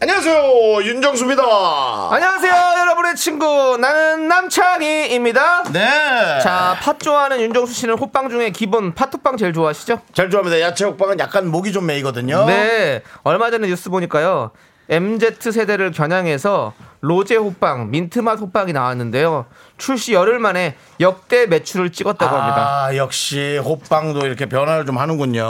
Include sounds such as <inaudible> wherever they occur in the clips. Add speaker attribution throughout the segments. Speaker 1: 안녕하세요 윤정수입니다
Speaker 2: 안녕하세요, 여러분의 친구. 나는 남창희입니다.
Speaker 1: 네.
Speaker 2: 자, 팥 좋아하는 윤정수 씨는 호빵 중에 기본 팥호빵 제일 좋아하시죠?
Speaker 1: 잘 좋아합니다. 야채 호빵은 약간 목이 좀 메이거든요.
Speaker 2: 네. 얼마 전에 뉴스 보니까요. MZ 세대를 겨냥해서 로제 호빵, 민트맛 호빵이 나왔는데요. 출시 열흘 만에 역대 매출을 찍었다고 합니다.
Speaker 1: 아, 역시 호빵도 이렇게 변화를 좀 하는군요.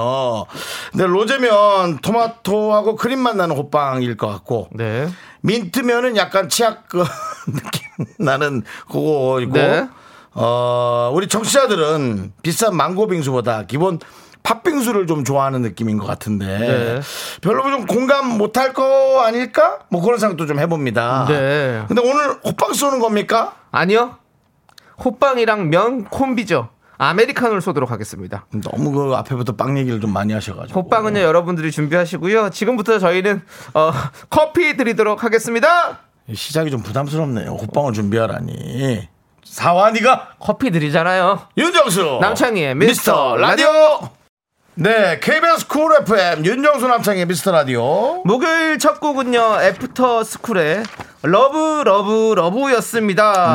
Speaker 1: 근데 로제면 토마토하고 크림맛 나는 호빵일 것 같고
Speaker 2: 네.
Speaker 1: 민트면은 약간 치약 그 <laughs> 느낌 나는 그거이고
Speaker 2: 네.
Speaker 1: 어, 우리 청취자들은 비싼 망고 빙수보다 기본 팥빙수를 좀 좋아하는 느낌인 것 같은데
Speaker 2: 네.
Speaker 1: 별로 좀 공감 못할 거 아닐까? 뭐 그런 생각도 좀 해봅니다.
Speaker 2: 네.
Speaker 1: 근데 오늘 호빵 쏘는 겁니까?
Speaker 2: 아니요. 호빵이랑 면 콤비죠. 아메리카노를 쏘도록 하겠습니다.
Speaker 1: 너무 그 앞에부터 빵 얘기를 좀 많이 하셔가지고
Speaker 2: 호빵은요 여러분들이 준비하시고요. 지금부터 저희는 어, 커피 드리도록 하겠습니다.
Speaker 1: 시작이 좀 부담스럽네요. 호빵을 준비하라니 사완이가
Speaker 2: 커피 드리잖아요.
Speaker 1: 윤정수
Speaker 2: 남창희의 미스터
Speaker 1: 라디오 네 KBS 쿨 FM 윤정수 남창희의 미스터 라디오
Speaker 2: 목요일 첫 곡은요 애프터 스쿨의 러브 러브 러브였습니다.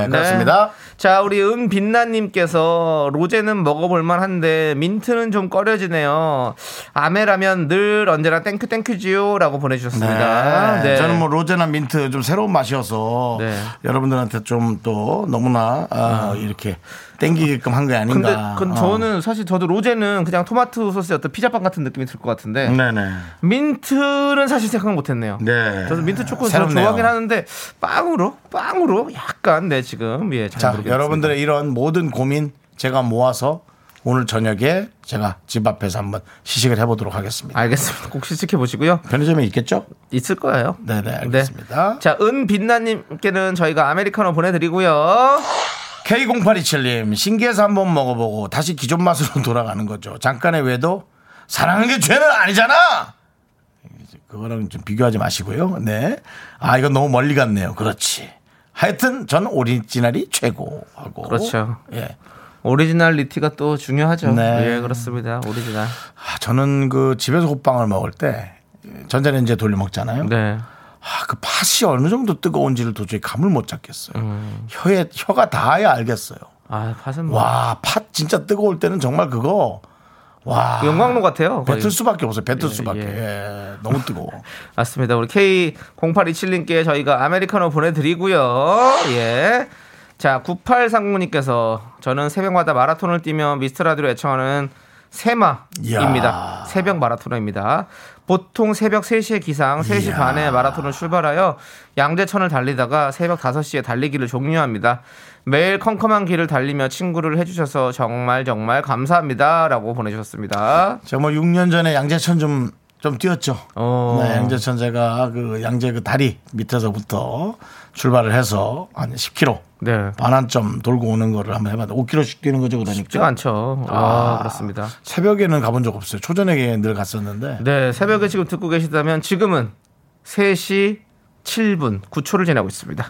Speaker 1: 네, 그렇습니다.
Speaker 2: 자 우리 은빛나님께서 로제는 먹어볼만 한데 민트는 좀 꺼려지네요. 아메라면 늘 언제나 땡큐 땡큐지요라고 보내주셨습니다. 네.
Speaker 1: 저는 뭐 로제나 민트 좀 새로운 맛이어서
Speaker 2: 네. 음.
Speaker 1: 여러분들한테 좀 또 너무나 아, 이렇게 땡기게끔 한 게 아닌가 어.
Speaker 2: 근데 근 저는 사실 저도 로제는 그냥 토마토 소스의 어떤 피자빵 같은 느낌이 들 것 같은데
Speaker 1: 어. 네네
Speaker 2: 민트는 사실 생각 못했네요.
Speaker 1: 네.
Speaker 2: 저도 민트 초코 잘
Speaker 1: 새롭네요.
Speaker 2: 좋아하긴 하는데 빵으로 빵으로 약간 네 지금 예잘
Speaker 1: 자,
Speaker 2: 모르겠습니다.
Speaker 1: 여러분들의 이런 모든 고민 제가 모아서 오늘 저녁에 제가 집 앞에서 한번 시식을 해보도록
Speaker 2: 아.
Speaker 1: 하겠습니다.
Speaker 2: 알겠습니다. 꼭 시식해 보시고요.
Speaker 1: 편의점에 있겠죠?
Speaker 2: 있을 거예요.
Speaker 1: 네네, 알겠습니다.
Speaker 2: 자 은빛나님께는 저희가 아메리카노 보내드리고요.
Speaker 1: K0827님, 신기해서 한번 먹어보고 다시 기존 맛으로 <laughs> 돌아가는 거죠. 잠깐의 외도, 사랑하는 게 죄는 아니잖아! 그거랑 좀 비교하지 마시고요. 네. 아, 이건 너무 멀리 갔네요. 그렇지. 하여튼 전 오리지널이 최고 하고.
Speaker 2: 그렇죠.
Speaker 1: 예.
Speaker 2: 오리지널리티가 또 중요하죠.
Speaker 1: 네.
Speaker 2: 예 그렇습니다. 오리지널.
Speaker 1: 아, 저는 그 집에서 호빵을 먹을 때 전자레인지에 돌려 먹잖아요.
Speaker 2: 네.
Speaker 1: 아, 그 팥이 어느 정도 뜨거운지를 도저히 감을 못 잡겠어요.
Speaker 2: 음.
Speaker 1: 혀에 혀가 닿아야 알겠어요.
Speaker 2: 아 팥은 뭐
Speaker 1: 와, 팥 진짜 뜨거울 때는 정말 그거 와.
Speaker 2: 영광로 같아요. 거의.
Speaker 1: 뱉을 수밖에 없어요. 뱉을 수밖에.
Speaker 2: 예.
Speaker 1: 예, 너무 뜨거워.
Speaker 2: 맞습니다. 우리 K0827님께 저희가 아메리카노 보내드리고요. 예. 자, 9839님께서 저는 새벽마다 마라톤을 뛰며 미스터라디오 애청하는
Speaker 1: 이야.
Speaker 2: 세마입니다. 새벽 마라토너입니다. 보통 새벽 3시에 기상, 3시
Speaker 1: 이야.
Speaker 2: 반에 마라톤을 출발하여 양재천을 달리다가 새벽 5시에 달리기를 종료합니다. 매일 컴컴한 길을 달리며 친구를 해주셔서 정말 정말 감사합니다. 라고 보내주셨습니다.
Speaker 1: 제가 뭐 6년 전에 양재천 좀, 좀 뛰었죠.
Speaker 2: 어.
Speaker 1: 네, 양재천 제가 그 양재 그 다리 밑에서부터 출발을 해서 한 10km.
Speaker 2: 네.
Speaker 1: 반환점 돌고 오는 거를 한번 해봤는데 5km씩 뛰는 거죠 그러니까
Speaker 2: 쉽지가 않죠. 아, 그렇습니다.
Speaker 1: 새벽에는 가본 적 없어요. 초저녁에 늘 갔었는데.
Speaker 2: 네, 새벽에 지금 듣고 계시다면 지금은 3시 7분 9초를 지나고 있습니다.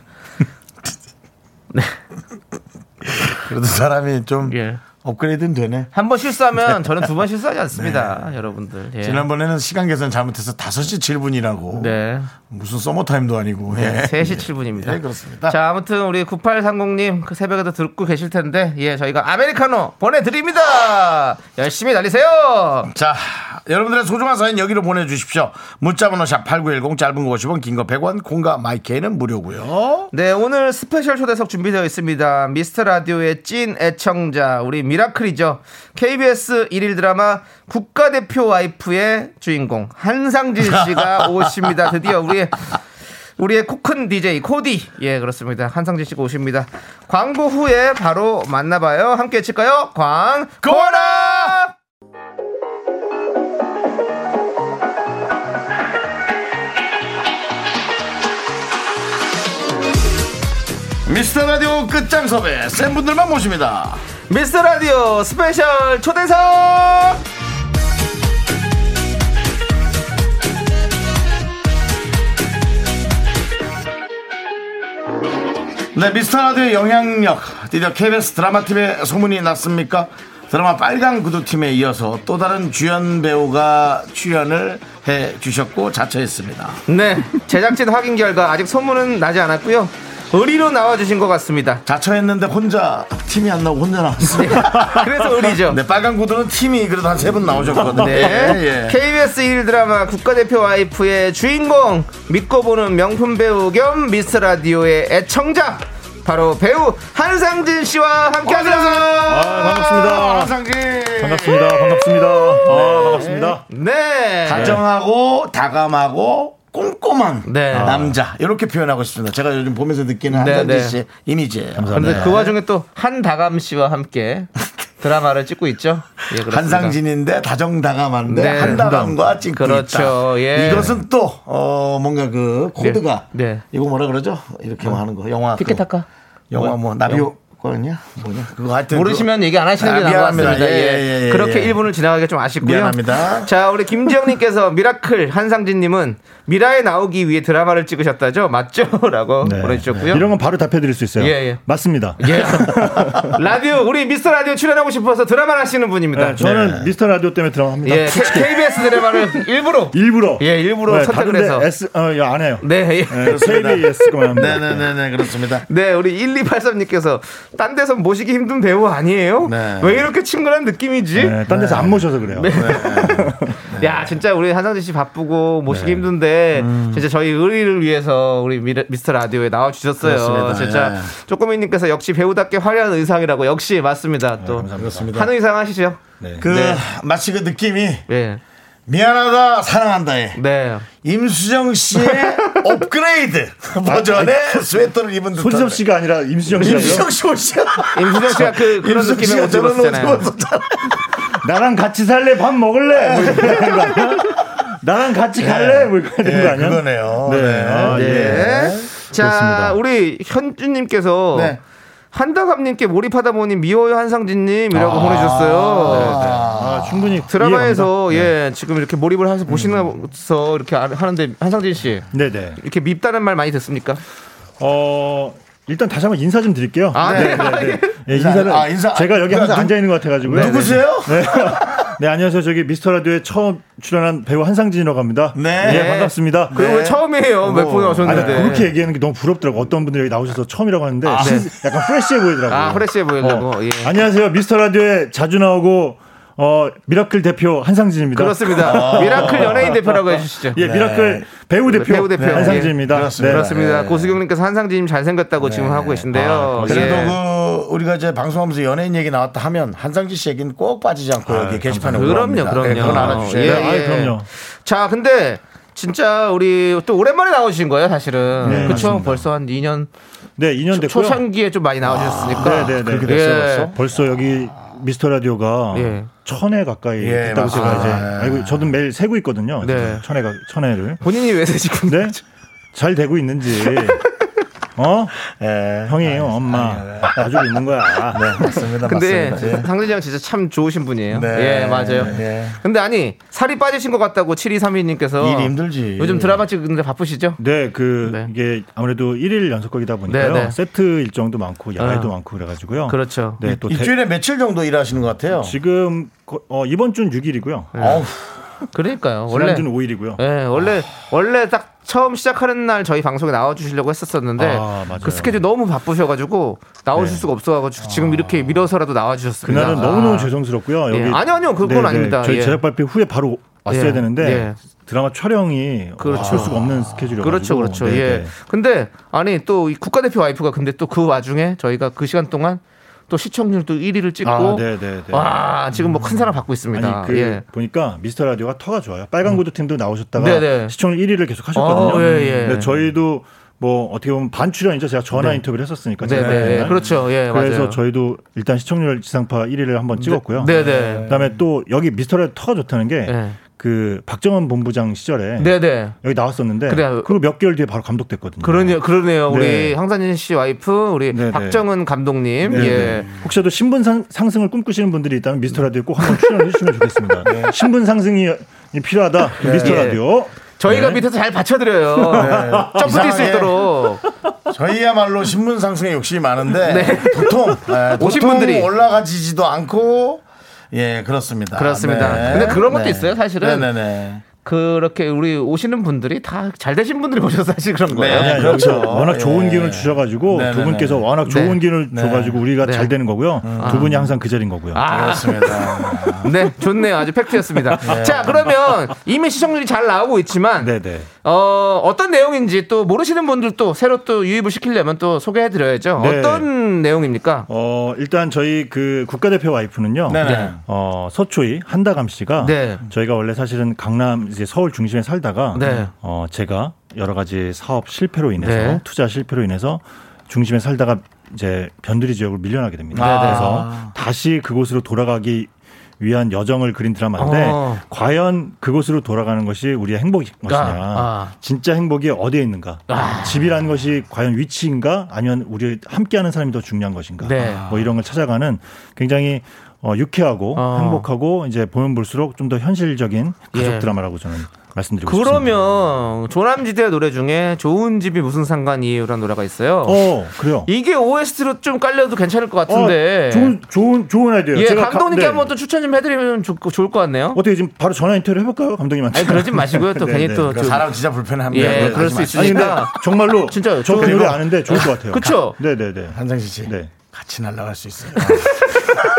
Speaker 1: 그래도 사람이 좀
Speaker 2: 예.
Speaker 1: 업그레이드는 되네. 네.
Speaker 2: 한 번 실수하면 저는 두 번 실수하지 않습니다, 여러분들. 예.
Speaker 1: 지난번에는 시간 계산 잘못해서 5시 7분이라고.
Speaker 2: 네.
Speaker 1: 무슨 서머타임도 아니고. 예.
Speaker 2: 3시 7분입니다.
Speaker 1: 예, 그렇습니다.
Speaker 2: 자, 아무튼 우리 9830님 그 새벽에도 듣고 계실 텐데, 예, 저희가 아메리카노 보내드립니다! 열심히 날리세요!
Speaker 1: 자, 여러분들의 소중한 사연 여기로 보내주십시오. 문자번호 샵 8910 짧은 거 50원, 긴 거 100원, 콩과 마이케이는 무료고요
Speaker 2: 네, 오늘 스페셜 초대석 준비되어 있습니다. 미스터 라디오의 찐 애청자, 우리 미라클이죠. KBS 일일 드라마 국가대표 와이프의 주인공, 한상진 씨가 오십니다. 드디어 우리의, 우리의 코큰 DJ, 코디. 예, 그렇습니다. 한상진 씨가 오십니다. 광고 후에 바로 만나봐요. 함께 칠까요? 광, 고라!
Speaker 1: 미스터 라디오 끝장 섭외 센 분들만 모십니다.
Speaker 2: 미스터 라디오 스페셜 초대석
Speaker 1: 네, 미스터 라디오의 영향력. 드디어 KBS 드라마 팀에 소문이 났습니까? 드라마 빨강 구두 팀에 이어서 또 다른 주연 배우가 출연을 해 주셨고 자처했습니다.
Speaker 2: 네 제작진 확인 결과 아직 소문은 나지 않았고요 의리로 나와주신 것 같습니다
Speaker 1: 자처했는데 혼자 팀이 안 나오고 혼자 나왔습니다.
Speaker 2: <laughs> 그래서
Speaker 1: <laughs>
Speaker 2: 의리죠.
Speaker 1: 네, 빨강 구두는 팀이 그래도 한 세 분 나오셨거든요.
Speaker 2: 네.
Speaker 1: 예, 예.
Speaker 2: KBS 1일 드라마 국가대표 와이프의 주인공 믿고 보는 명품 배우 겸 미스 라디오의 애청자 바로 배우 한상진 씨와 함께합니다.
Speaker 1: 아,
Speaker 3: 반갑습니다.
Speaker 1: 상진.
Speaker 3: 반갑습니다. 반갑습니다. 아, 반갑습니다.
Speaker 2: 네.
Speaker 1: 다정하고 다감하고 꼼꼼한
Speaker 2: 네.
Speaker 1: 남자 이렇게 표현하고 싶습니다. 제가 요즘 보면서 느끼는
Speaker 2: 네,
Speaker 1: 한상진
Speaker 2: 네.
Speaker 1: 씨의 이미지예요.
Speaker 2: 그런데 그 와중에 또 한다감 씨와 함께 드라마를 찍고 있죠. 예, 그렇습니다.
Speaker 1: 한상진인데 다정다감한데
Speaker 2: 네.
Speaker 1: 한다감과 찍고
Speaker 2: 그렇죠.
Speaker 1: 있다.
Speaker 2: 예.
Speaker 1: 이것은 또 어, 뭔가 그 코드가
Speaker 2: 네. 네.
Speaker 1: 이거 뭐라 그러죠? 이렇게 뭐 하는 거 영화 그-
Speaker 2: 티켓타카
Speaker 1: 영화 뭐 나비오 거냐 뭐냐 그거 하여튼
Speaker 2: 모르시면 얘기 안 하시는
Speaker 1: 아,
Speaker 2: 게 나은 것
Speaker 1: 미안합니다.
Speaker 2: 같습니다. 예,
Speaker 1: 예, 예, 예,
Speaker 2: 그렇게
Speaker 1: 예.
Speaker 2: 1분을 지나가기가 좀 아쉽고요.
Speaker 1: 미안합니다.
Speaker 2: 자, 우리 김지영님께서 미라클 한상진님은 미라에 나오기 위해 드라마를 찍으셨다죠? 맞죠? <laughs> 라고
Speaker 3: 네.
Speaker 2: 보내주셨고요.
Speaker 3: 이런 건 바로 답해드릴 수 있어요.
Speaker 2: 예, 예.
Speaker 3: 맞습니다.
Speaker 2: 예. <laughs> 라디오, 우리 미스터 라디오 출연하고 싶어서 드라마 하시는 분입니다.
Speaker 3: 네, 저는
Speaker 1: 네.
Speaker 3: 미스터 라디오 때문에 드라마 합니다.
Speaker 2: 예, K, b s
Speaker 3: <laughs>
Speaker 2: 드라마를 일부러.
Speaker 3: 일부러. 네,
Speaker 2: 예, 일부러 선택을
Speaker 3: 다른데
Speaker 2: 해서.
Speaker 3: S, 어, 야, 안 해요.
Speaker 2: 네, 예.
Speaker 3: 네, KBS만 합니다.
Speaker 1: 네네네네 그렇습니다.
Speaker 2: 네, 우리 1283님께서 딴 데서 모시기 힘든 배우 아니에요?
Speaker 1: 네.
Speaker 2: 왜 이렇게 친근한 느낌이지?
Speaker 3: 네, 딴 데서 안 모셔서 그래요. 네,
Speaker 2: 네. 야 진짜 우리 한상진 씨 바쁘고 모시기
Speaker 1: 네.
Speaker 2: 힘든데
Speaker 1: 음.
Speaker 2: 진짜 저희 의리를 위해서 우리 미라- 미스터 라디오에 나와 주셨어요.
Speaker 1: 그렇습니다.
Speaker 2: 진짜
Speaker 1: 예.
Speaker 2: 쪼꼬미님께서 역시 배우답게 화려한 의상이라고 역시
Speaker 1: 네,
Speaker 2: 맞습니다. 또 한
Speaker 1: 그렇습니다.
Speaker 2: 의상 하시죠?
Speaker 1: 그 마치 그 느낌이
Speaker 2: 네,
Speaker 1: 미안하다 사랑한다에
Speaker 2: 네.
Speaker 1: 임수정 씨의 <laughs> 업그레이드 버전의 스웨터를 입은 듯한
Speaker 3: 손지섭 씨가 아니라 임수정 씨가요.
Speaker 1: 임수정 씨 <laughs> 옷이야.
Speaker 2: 임수정 씨가 그 그런
Speaker 1: 임수정
Speaker 2: 느낌의
Speaker 1: 씨가
Speaker 2: 옷을
Speaker 1: 저런 옷
Speaker 2: 입었잖아요.
Speaker 1: 입었었잖아요.
Speaker 3: 나랑 같이 살래? 밥 먹을래? 뭐 이렇게 되는 거 아니야? 나랑 같이 갈래? 뭐 이렇게 되는
Speaker 1: 예,
Speaker 3: 거 아니야?
Speaker 1: 그거네요.
Speaker 3: 네.
Speaker 1: 네.
Speaker 3: 아,
Speaker 2: 네.
Speaker 3: 예.
Speaker 2: 자,
Speaker 3: 그렇습니다.
Speaker 2: 우리 현주님께서
Speaker 1: 네.
Speaker 2: 한다감님께 몰입하다 보니 미워요 한상진님이라고
Speaker 1: 아.
Speaker 2: 보내주셨어요.
Speaker 1: 네.
Speaker 3: 아, 충분히
Speaker 2: 드라마에서 예 지금 이렇게 몰입을 해서 보시면서 이렇게 아- 하는데 한상진 씨
Speaker 3: 네네.
Speaker 2: 이렇게 밉다는 말 많이 듣습니까?
Speaker 3: 어 일단 다시 한번 인사 좀 드릴게요.
Speaker 2: 아, 네.
Speaker 3: 예, 인사를
Speaker 1: 아, 인사.
Speaker 3: 제가 여기
Speaker 1: 누가-
Speaker 3: 항상
Speaker 1: 누-
Speaker 3: 앉아 있는 것 같아가지고요.
Speaker 1: 누구세요?
Speaker 3: 네. <laughs> 네, 안녕하세요. 저기 미스터 라디오에 처음 출연한 배우 한상진이라고 합니다.
Speaker 1: 네.
Speaker 3: 예, 반갑습니다.
Speaker 2: 그리고 왜 처음이에요. 몇 번
Speaker 3: 아니,
Speaker 2: 오셨는데. 네.
Speaker 3: 그렇게 얘기하는 게 너무 부럽더라고. 어떤 분들이 여기 나오셔서 처음이라고 하는데 신- 약간 프레시해 보이더라고요. 어.
Speaker 2: 아, 프레시해 보이려고. 예.
Speaker 3: 안녕하세요. 미스터 라디오에 자주 나오고 어, 미라클 대표 한상진입니다.
Speaker 2: 그렇습니다. 미라클 연예인 대표라고 해주시죠.
Speaker 3: 그러니까. 예, 미라클 배우 대표,
Speaker 2: 네, 배우 대표. 예.
Speaker 3: 한상진입니다.
Speaker 1: 네, 그렇습니다.
Speaker 2: 그렇습니다. 고수경님께서 한상진님 잘생겼다고 지금 하고 계신데요.
Speaker 1: 아, 그래도
Speaker 2: 예.
Speaker 1: 그 우리가 이제 방송하면서 연예인 얘기 나왔다 하면 한상진 씨 얘기는 꼭 빠지지 않고 여기 게시판에
Speaker 2: 그럼요,
Speaker 1: 올라옵니다. 네,
Speaker 2: 그럼요.
Speaker 1: 아, 그건 알아주셔야 돼요.
Speaker 3: 예. 아이, 그럼요.
Speaker 2: 자, 근데 진짜 우리 또 오랜만에 나오신 거예요, 사실은.
Speaker 3: 네,
Speaker 2: 그렇죠. 벌써 한 2년
Speaker 3: 네, 2년 됐고요.
Speaker 2: 초창기에 좀 많이 나오셨으니까. 예.
Speaker 3: 네, 네, 네.
Speaker 2: 그렇게
Speaker 3: 네.
Speaker 2: 됐어요, 벌써?
Speaker 3: 벌써 여기 미스터 라디오가
Speaker 2: 예. 아.
Speaker 3: 천회 가까이
Speaker 1: 예,
Speaker 3: 됐다고 제가 이제
Speaker 1: 맞습니다.
Speaker 3: 알고 저도 매일 세고 있거든요.
Speaker 2: 네.
Speaker 3: 천회가 천회를.
Speaker 2: 본인이 왜 지금
Speaker 3: 근데 잘 되고 있는지.
Speaker 2: <laughs>
Speaker 3: 어?
Speaker 1: 예.
Speaker 3: 형이 엄마 가지고 있는 거야.
Speaker 1: 네, 맞습니다.
Speaker 2: 근데
Speaker 1: 맞습니다. 예.
Speaker 2: 상진이 형 진짜 참 좋으신 분이에요.
Speaker 1: 네.
Speaker 2: 예, 맞아요.
Speaker 1: 네.
Speaker 2: 근데 아니, 살이 빠지신 것 같다고 7232님께서
Speaker 1: 일이 힘들지.
Speaker 2: 요즘 드라마 찍는데 바쁘시죠?
Speaker 3: 네, 그
Speaker 2: 네.
Speaker 3: 이게 아무래도 일일 연속극이다 보니까요.
Speaker 2: 네, 네.
Speaker 3: 세트 일정도 많고 야외도
Speaker 2: 어.
Speaker 3: 많고 그래가지고요.
Speaker 2: 그렇죠.
Speaker 3: 네, 또 대-
Speaker 1: 일주일에 며칠 정도 일하시는 것 같아요.
Speaker 3: 지금 거- 어, 이번 주는 6일이고요.
Speaker 1: 어우,
Speaker 2: 그러니까요. 네. 원래
Speaker 3: 지난주는 5일이고요.
Speaker 2: 예, 원래 원래 딱 처음 시작하는 날 저희 방송에 나와 주시려고 했었었는데
Speaker 3: 아, 맞아요. 네.
Speaker 2: 그 스케줄 너무 바쁘셔 가지고 나오실 수가 없어 가지고 지금 이렇게 밀어서라도 나와 주셨습니다.
Speaker 3: 아. 그날은 너무너무 죄송스럽고요.
Speaker 2: 아. 예.
Speaker 3: 여기 네,
Speaker 2: 아니요, 아니요. 그건 아닙니다.
Speaker 3: 저희
Speaker 2: 예.
Speaker 3: 제작 발표 후에 바로 왔어야
Speaker 2: 예.
Speaker 3: 되는데
Speaker 2: 예.
Speaker 3: 드라마 촬영이
Speaker 2: 그렇죠.
Speaker 3: 맞출 수가 없는 스케줄이어서
Speaker 2: 그렇죠, 그렇죠.
Speaker 3: 네,
Speaker 2: 예. 근데 아니 또 이 국가대표 와이프가 근데 또 그 와중에 저희가 그 시간 동안 또 시청률도 1위를 찍고
Speaker 3: 아, 네, 네, 네.
Speaker 2: 와 지금 뭐 큰 사랑 받고 있습니다.
Speaker 3: 아니 그
Speaker 2: 예. 음.
Speaker 3: 보니까 미스터 라디오가 터가 좋아요. 빨간 구두 팀도 나오셨다가
Speaker 2: 네, 네.
Speaker 3: 시청률 1위를 계속 하셨거든요. 음.
Speaker 2: 어, 예, 예.
Speaker 3: 근데 저희도 뭐 어떻게 보면 반출연이죠. 제가 전화 인터뷰를 했었으니까.
Speaker 2: 네,
Speaker 3: 제가
Speaker 2: 네, 네.
Speaker 3: 그날.
Speaker 2: 그렇죠. 예,
Speaker 3: 그래서
Speaker 2: 맞아요.
Speaker 3: 저희도 일단 시청률 지상파 1위를 한번 찍었고요.
Speaker 2: 네, 네.
Speaker 3: 그다음에 또 여기 미스터 라디오 터가 좋다는 게
Speaker 2: 네.
Speaker 3: 그 그 박정원 본부장 시절에
Speaker 2: 네네.
Speaker 3: 여기 나왔었는데
Speaker 2: 그래요.
Speaker 3: 그리고 몇 개월 뒤에 바로 감독 됐거든요.
Speaker 2: 그러네요, 그러네요. 우리
Speaker 3: 네.
Speaker 2: 황산진 씨 와이프, 우리
Speaker 3: 네, 네.
Speaker 2: 박정은 감독님. 예.
Speaker 3: 혹시라도 신분 상, 상승을 꿈꾸시는 분들이 있다면 미스터 라디오 꼭 한번 출연해 주시면
Speaker 2: <laughs>
Speaker 3: 좋겠습니다. 신분 상승이 필요하다.
Speaker 2: 네.
Speaker 3: 미스터
Speaker 2: 예.
Speaker 3: 라디오. 네.
Speaker 2: 저희가 밑에서 잘 받쳐드려요.
Speaker 3: <laughs>
Speaker 2: 점프 뛸 수
Speaker 1: 이상하게.
Speaker 2: 있도록.
Speaker 1: 저희야말로 신분 상승에 욕심이 많은데 보통 예,
Speaker 2: 네. 오신
Speaker 1: 보통
Speaker 2: 분들이.
Speaker 1: 올라가지지도 않고 예 그렇습니다.
Speaker 2: 그렇습니다. 근데 그런 것도
Speaker 1: 네.
Speaker 2: 있어요, 사실은.
Speaker 1: 네네네.
Speaker 2: 그렇게 우리 오시는 분들이 다 잘 되신 분들이 오셔서 사실 그런 거예요.
Speaker 1: 네.
Speaker 3: 아니야,
Speaker 1: 그렇죠.
Speaker 3: 여기서 워낙 좋은
Speaker 1: 예.
Speaker 3: 기운을 주셔가지고
Speaker 1: 네, 네,
Speaker 3: 두 분께서
Speaker 1: 네.
Speaker 3: 워낙 좋은
Speaker 2: 네.
Speaker 3: 기운을 줘가지고 우리가
Speaker 2: 네.
Speaker 3: 잘 되는 거고요. 두 분이 항상 그 자리인 거고요.
Speaker 2: 아,
Speaker 1: 그렇습니다.
Speaker 2: <laughs> 네, 좋네요.
Speaker 1: <laughs>
Speaker 2: 아주 팩트였습니다. 자, 그러면 이미 시청률이 잘 나오고 있지만,
Speaker 3: 네네.
Speaker 2: 어, 어떤 내용인지 또 모르시는 분들도 새로 또 유입을 시키려면 또 소개해드려야죠.
Speaker 3: 네.
Speaker 2: 어떤 내용입니까?
Speaker 3: 어 일단 저희 그 국가대표 와이프는요.
Speaker 1: 네네.
Speaker 3: 어 서초이 한다감 씨가
Speaker 2: 네.
Speaker 3: 저희가 원래 사실은 강남 이제 서울 중심에 살다가
Speaker 2: 네.
Speaker 3: 어 제가 여러 가지 사업 실패로 인해서
Speaker 2: 네.
Speaker 3: 투자 실패로 인해서 중심에 살다가 이제 변두리 지역으로 밀려나게 됩니다.
Speaker 2: 네네.
Speaker 3: 그래서 다시 그곳으로 돌아가기 위한 여정을 그린 드라마인데
Speaker 2: 어.
Speaker 3: 과연 그곳으로 돌아가는 것이 우리의 행복인 것이냐,
Speaker 2: 아, 아.
Speaker 3: 진짜 행복이 어디에 있는가, 집이라는 것이 과연 위치인가, 아니면 우리 함께하는 사람이 더 중요한 것인가,
Speaker 2: 네.
Speaker 3: 뭐 이런 걸 찾아가는 굉장히 어, 유쾌하고
Speaker 2: 어.
Speaker 3: 행복하고 이제 보면 볼수록 좀 더 현실적인 가족
Speaker 2: 예.
Speaker 3: 드라마라고 저는 말씀드리고 싶습니다.
Speaker 2: 그러면 조남지대 노래 중에 좋은 집이 무슨 상관이에요라는 노래가 있어요.
Speaker 3: 어 그래요.
Speaker 2: 이게 OST로 좀 깔려도 괜찮을 것 같은데.
Speaker 3: 어, 좋은 좋은 좋은 아이디어.
Speaker 2: 예, 감독님께 한번 또 추천 좀 해드리면 좋, 좋을 것 같네요.
Speaker 3: 네. 어떻게 지금 바로 전화 인터뷰 해볼까요, 감독님한테?
Speaker 2: 아니 그러지 마시고요. 또
Speaker 3: <laughs> 네,
Speaker 2: 괜히
Speaker 3: 네.
Speaker 2: 또
Speaker 1: 그
Speaker 2: 좀-
Speaker 1: 사람 진짜 불편합니다.
Speaker 2: 예,
Speaker 1: 그거
Speaker 2: 그럴
Speaker 1: 하지
Speaker 2: 수
Speaker 1: 마세요.
Speaker 3: 아니 근데
Speaker 2: 그러니까.
Speaker 3: 정말로
Speaker 2: <laughs> 진짜요.
Speaker 3: 저
Speaker 2: 그리고-
Speaker 3: 노래 아는데 좋을 것 같아요.
Speaker 2: 그쵸?
Speaker 3: 네네네.
Speaker 1: 한상진 씨
Speaker 3: 네.
Speaker 1: 같이 날아갈 수
Speaker 2: <laughs>
Speaker 1: 있어요.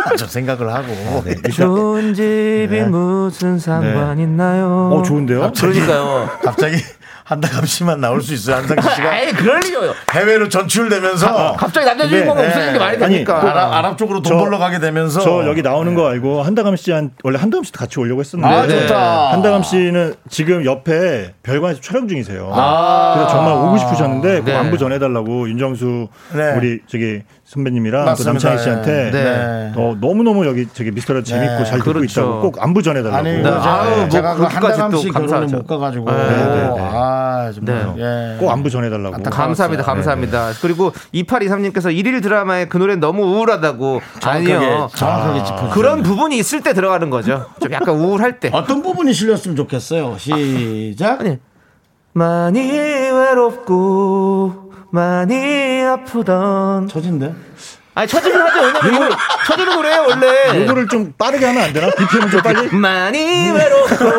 Speaker 1: 아, 좀 생각을 하고
Speaker 3: 아, 네.
Speaker 2: 좋은 집이 무슨 상관 있나요? 아,
Speaker 3: 어 좋은데요?
Speaker 2: 그러니까요.
Speaker 1: <laughs> 갑자기 한다감 씨만 나올 수 있어요. 한상진 씨가
Speaker 2: 아예 그럴 리요.
Speaker 1: 해외로 전출되면서
Speaker 2: 갑자기 남자 주인공
Speaker 3: 네.
Speaker 2: 없어지는 게 말이
Speaker 3: 아니,
Speaker 2: 됩니까?
Speaker 3: 그
Speaker 1: 어. 아랍, 아랍 쪽으로 돈
Speaker 3: 저-
Speaker 1: 벌러 가게 되면서
Speaker 2: 어.
Speaker 3: 저 여기 나오는 거 알고 한다감 씨한 원래 한다감 씨도 같이 오려고 했었는데
Speaker 1: 아
Speaker 2: 네.
Speaker 1: 좋다.
Speaker 3: 한다감 씨는 지금 옆에 별관에서 촬영 중이세요. 그래서 정말 오고 싶으셨는데 그
Speaker 2: 아. 네.
Speaker 3: 안부 전해달라고 윤정수
Speaker 1: 네.
Speaker 3: 우리 저기 선배님이랑 또
Speaker 1: 맞습니다.
Speaker 3: 남창희 씨한테
Speaker 2: 네.
Speaker 3: 어, 너무너무 여기 저기 미스터라 재밌고
Speaker 1: 네.
Speaker 3: 잘 듣고
Speaker 2: 그렇죠.
Speaker 3: 있다고 꼭 안부 전해달라고.
Speaker 1: 아니
Speaker 3: 네.
Speaker 1: 그 제가,
Speaker 2: 아유, 뭐
Speaker 1: 제가 그
Speaker 2: 그렇게까지
Speaker 1: 한다감
Speaker 2: 또
Speaker 1: 씨 결혼을
Speaker 2: 감사하죠.
Speaker 1: 못 가가지고
Speaker 3: 네, 네.
Speaker 1: 아 정말 예.
Speaker 3: 꼭 안부 전해달라고.
Speaker 2: 아, 감사합니다, 감사합니다.
Speaker 1: 네,
Speaker 2: 그리고 2823님께서 일일 드라마의 그 노래 너무 우울하다고. 아니요.
Speaker 1: 정확하게, 정확하게 짚어
Speaker 2: 그런 부분이 있을 때 들어가는 거죠. 좀 약간 우울할 때.
Speaker 1: 어떤 부분이 실렸으면 좋겠어요. 시작.
Speaker 2: 아니 많이 외롭고 많이 아프던
Speaker 1: 터진데.
Speaker 2: 아니 처지는 하죠 왜냐면 이거 처지는 노래예요 원래
Speaker 3: 이거를 좀 빠르게 하면 안 되나? BPM
Speaker 2: <laughs>
Speaker 3: 좀 빨리.
Speaker 2: 많이 외롭고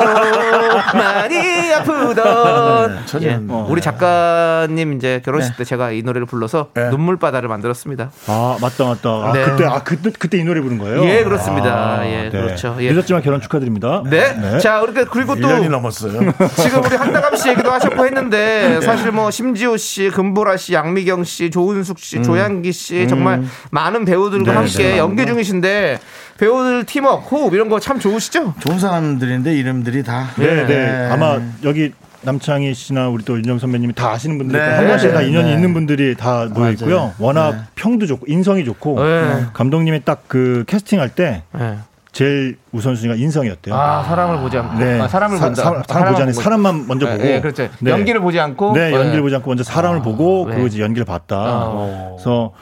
Speaker 2: 많이 아프던
Speaker 1: 처지는
Speaker 2: 예,
Speaker 1: 뭐.
Speaker 2: 우리 작가님 이제 결혼식 때 제가 이 노래를 불러서
Speaker 1: 네.
Speaker 2: 눈물바다를 만들었습니다
Speaker 3: 아 맞다 맞다. 아,
Speaker 2: 네.
Speaker 3: 그때 아 그때 그때 이 노래 부른 거예요?
Speaker 2: 예 그렇습니다
Speaker 3: 아,
Speaker 2: 예
Speaker 3: 네.
Speaker 2: 그렇죠 예.
Speaker 3: 늦었지만 결혼 축하드립니다.
Speaker 2: 네. 자, 그러니까 그리고 또
Speaker 1: 1년이 넘었어요.
Speaker 2: 지금 우리 한다감 씨 얘기도 하셨고 했는데 사실 뭐 심지호 씨, 금보라 씨, 양미경 씨, 조은숙 씨, 조양기 씨 정말 많은 배우들과 함께 연기 중이신데 배우들 팀워크, 호흡 이런 거 참 좋으시죠?
Speaker 1: <laughs> 좋은 사람들인데 이름들이 다.
Speaker 3: 네, 네.
Speaker 1: 네.
Speaker 3: 아마 여기 남창희 씨나 우리 또 윤정 선배님이 다 아시는 분들
Speaker 1: 네.
Speaker 3: 한 번씩 다
Speaker 1: 네.
Speaker 3: 인연이
Speaker 1: 네.
Speaker 3: 있는 분들이 다 모여 있고요. 워낙 평도 좋고 인성이 좋고
Speaker 2: 네.
Speaker 3: 감독님이 딱 그 캐스팅할 때
Speaker 2: 네.
Speaker 3: 제일 우선순위가 인성이었대요. 네.
Speaker 2: 아 사람을 보지 않고 아, 사람을
Speaker 3: 사-
Speaker 2: 본다.
Speaker 3: 사- 사람을 보지 않고 사람만 먼저
Speaker 2: 네,
Speaker 3: 보고.
Speaker 2: 네, 그렇죠.
Speaker 3: 네.
Speaker 2: 연기를 보지 않고 어,
Speaker 3: 네, 연기를 보지 않고 먼저 사람을 보고
Speaker 2: 네. 아.
Speaker 3: 그리고 이제 연기를 봤다. 어. 그래서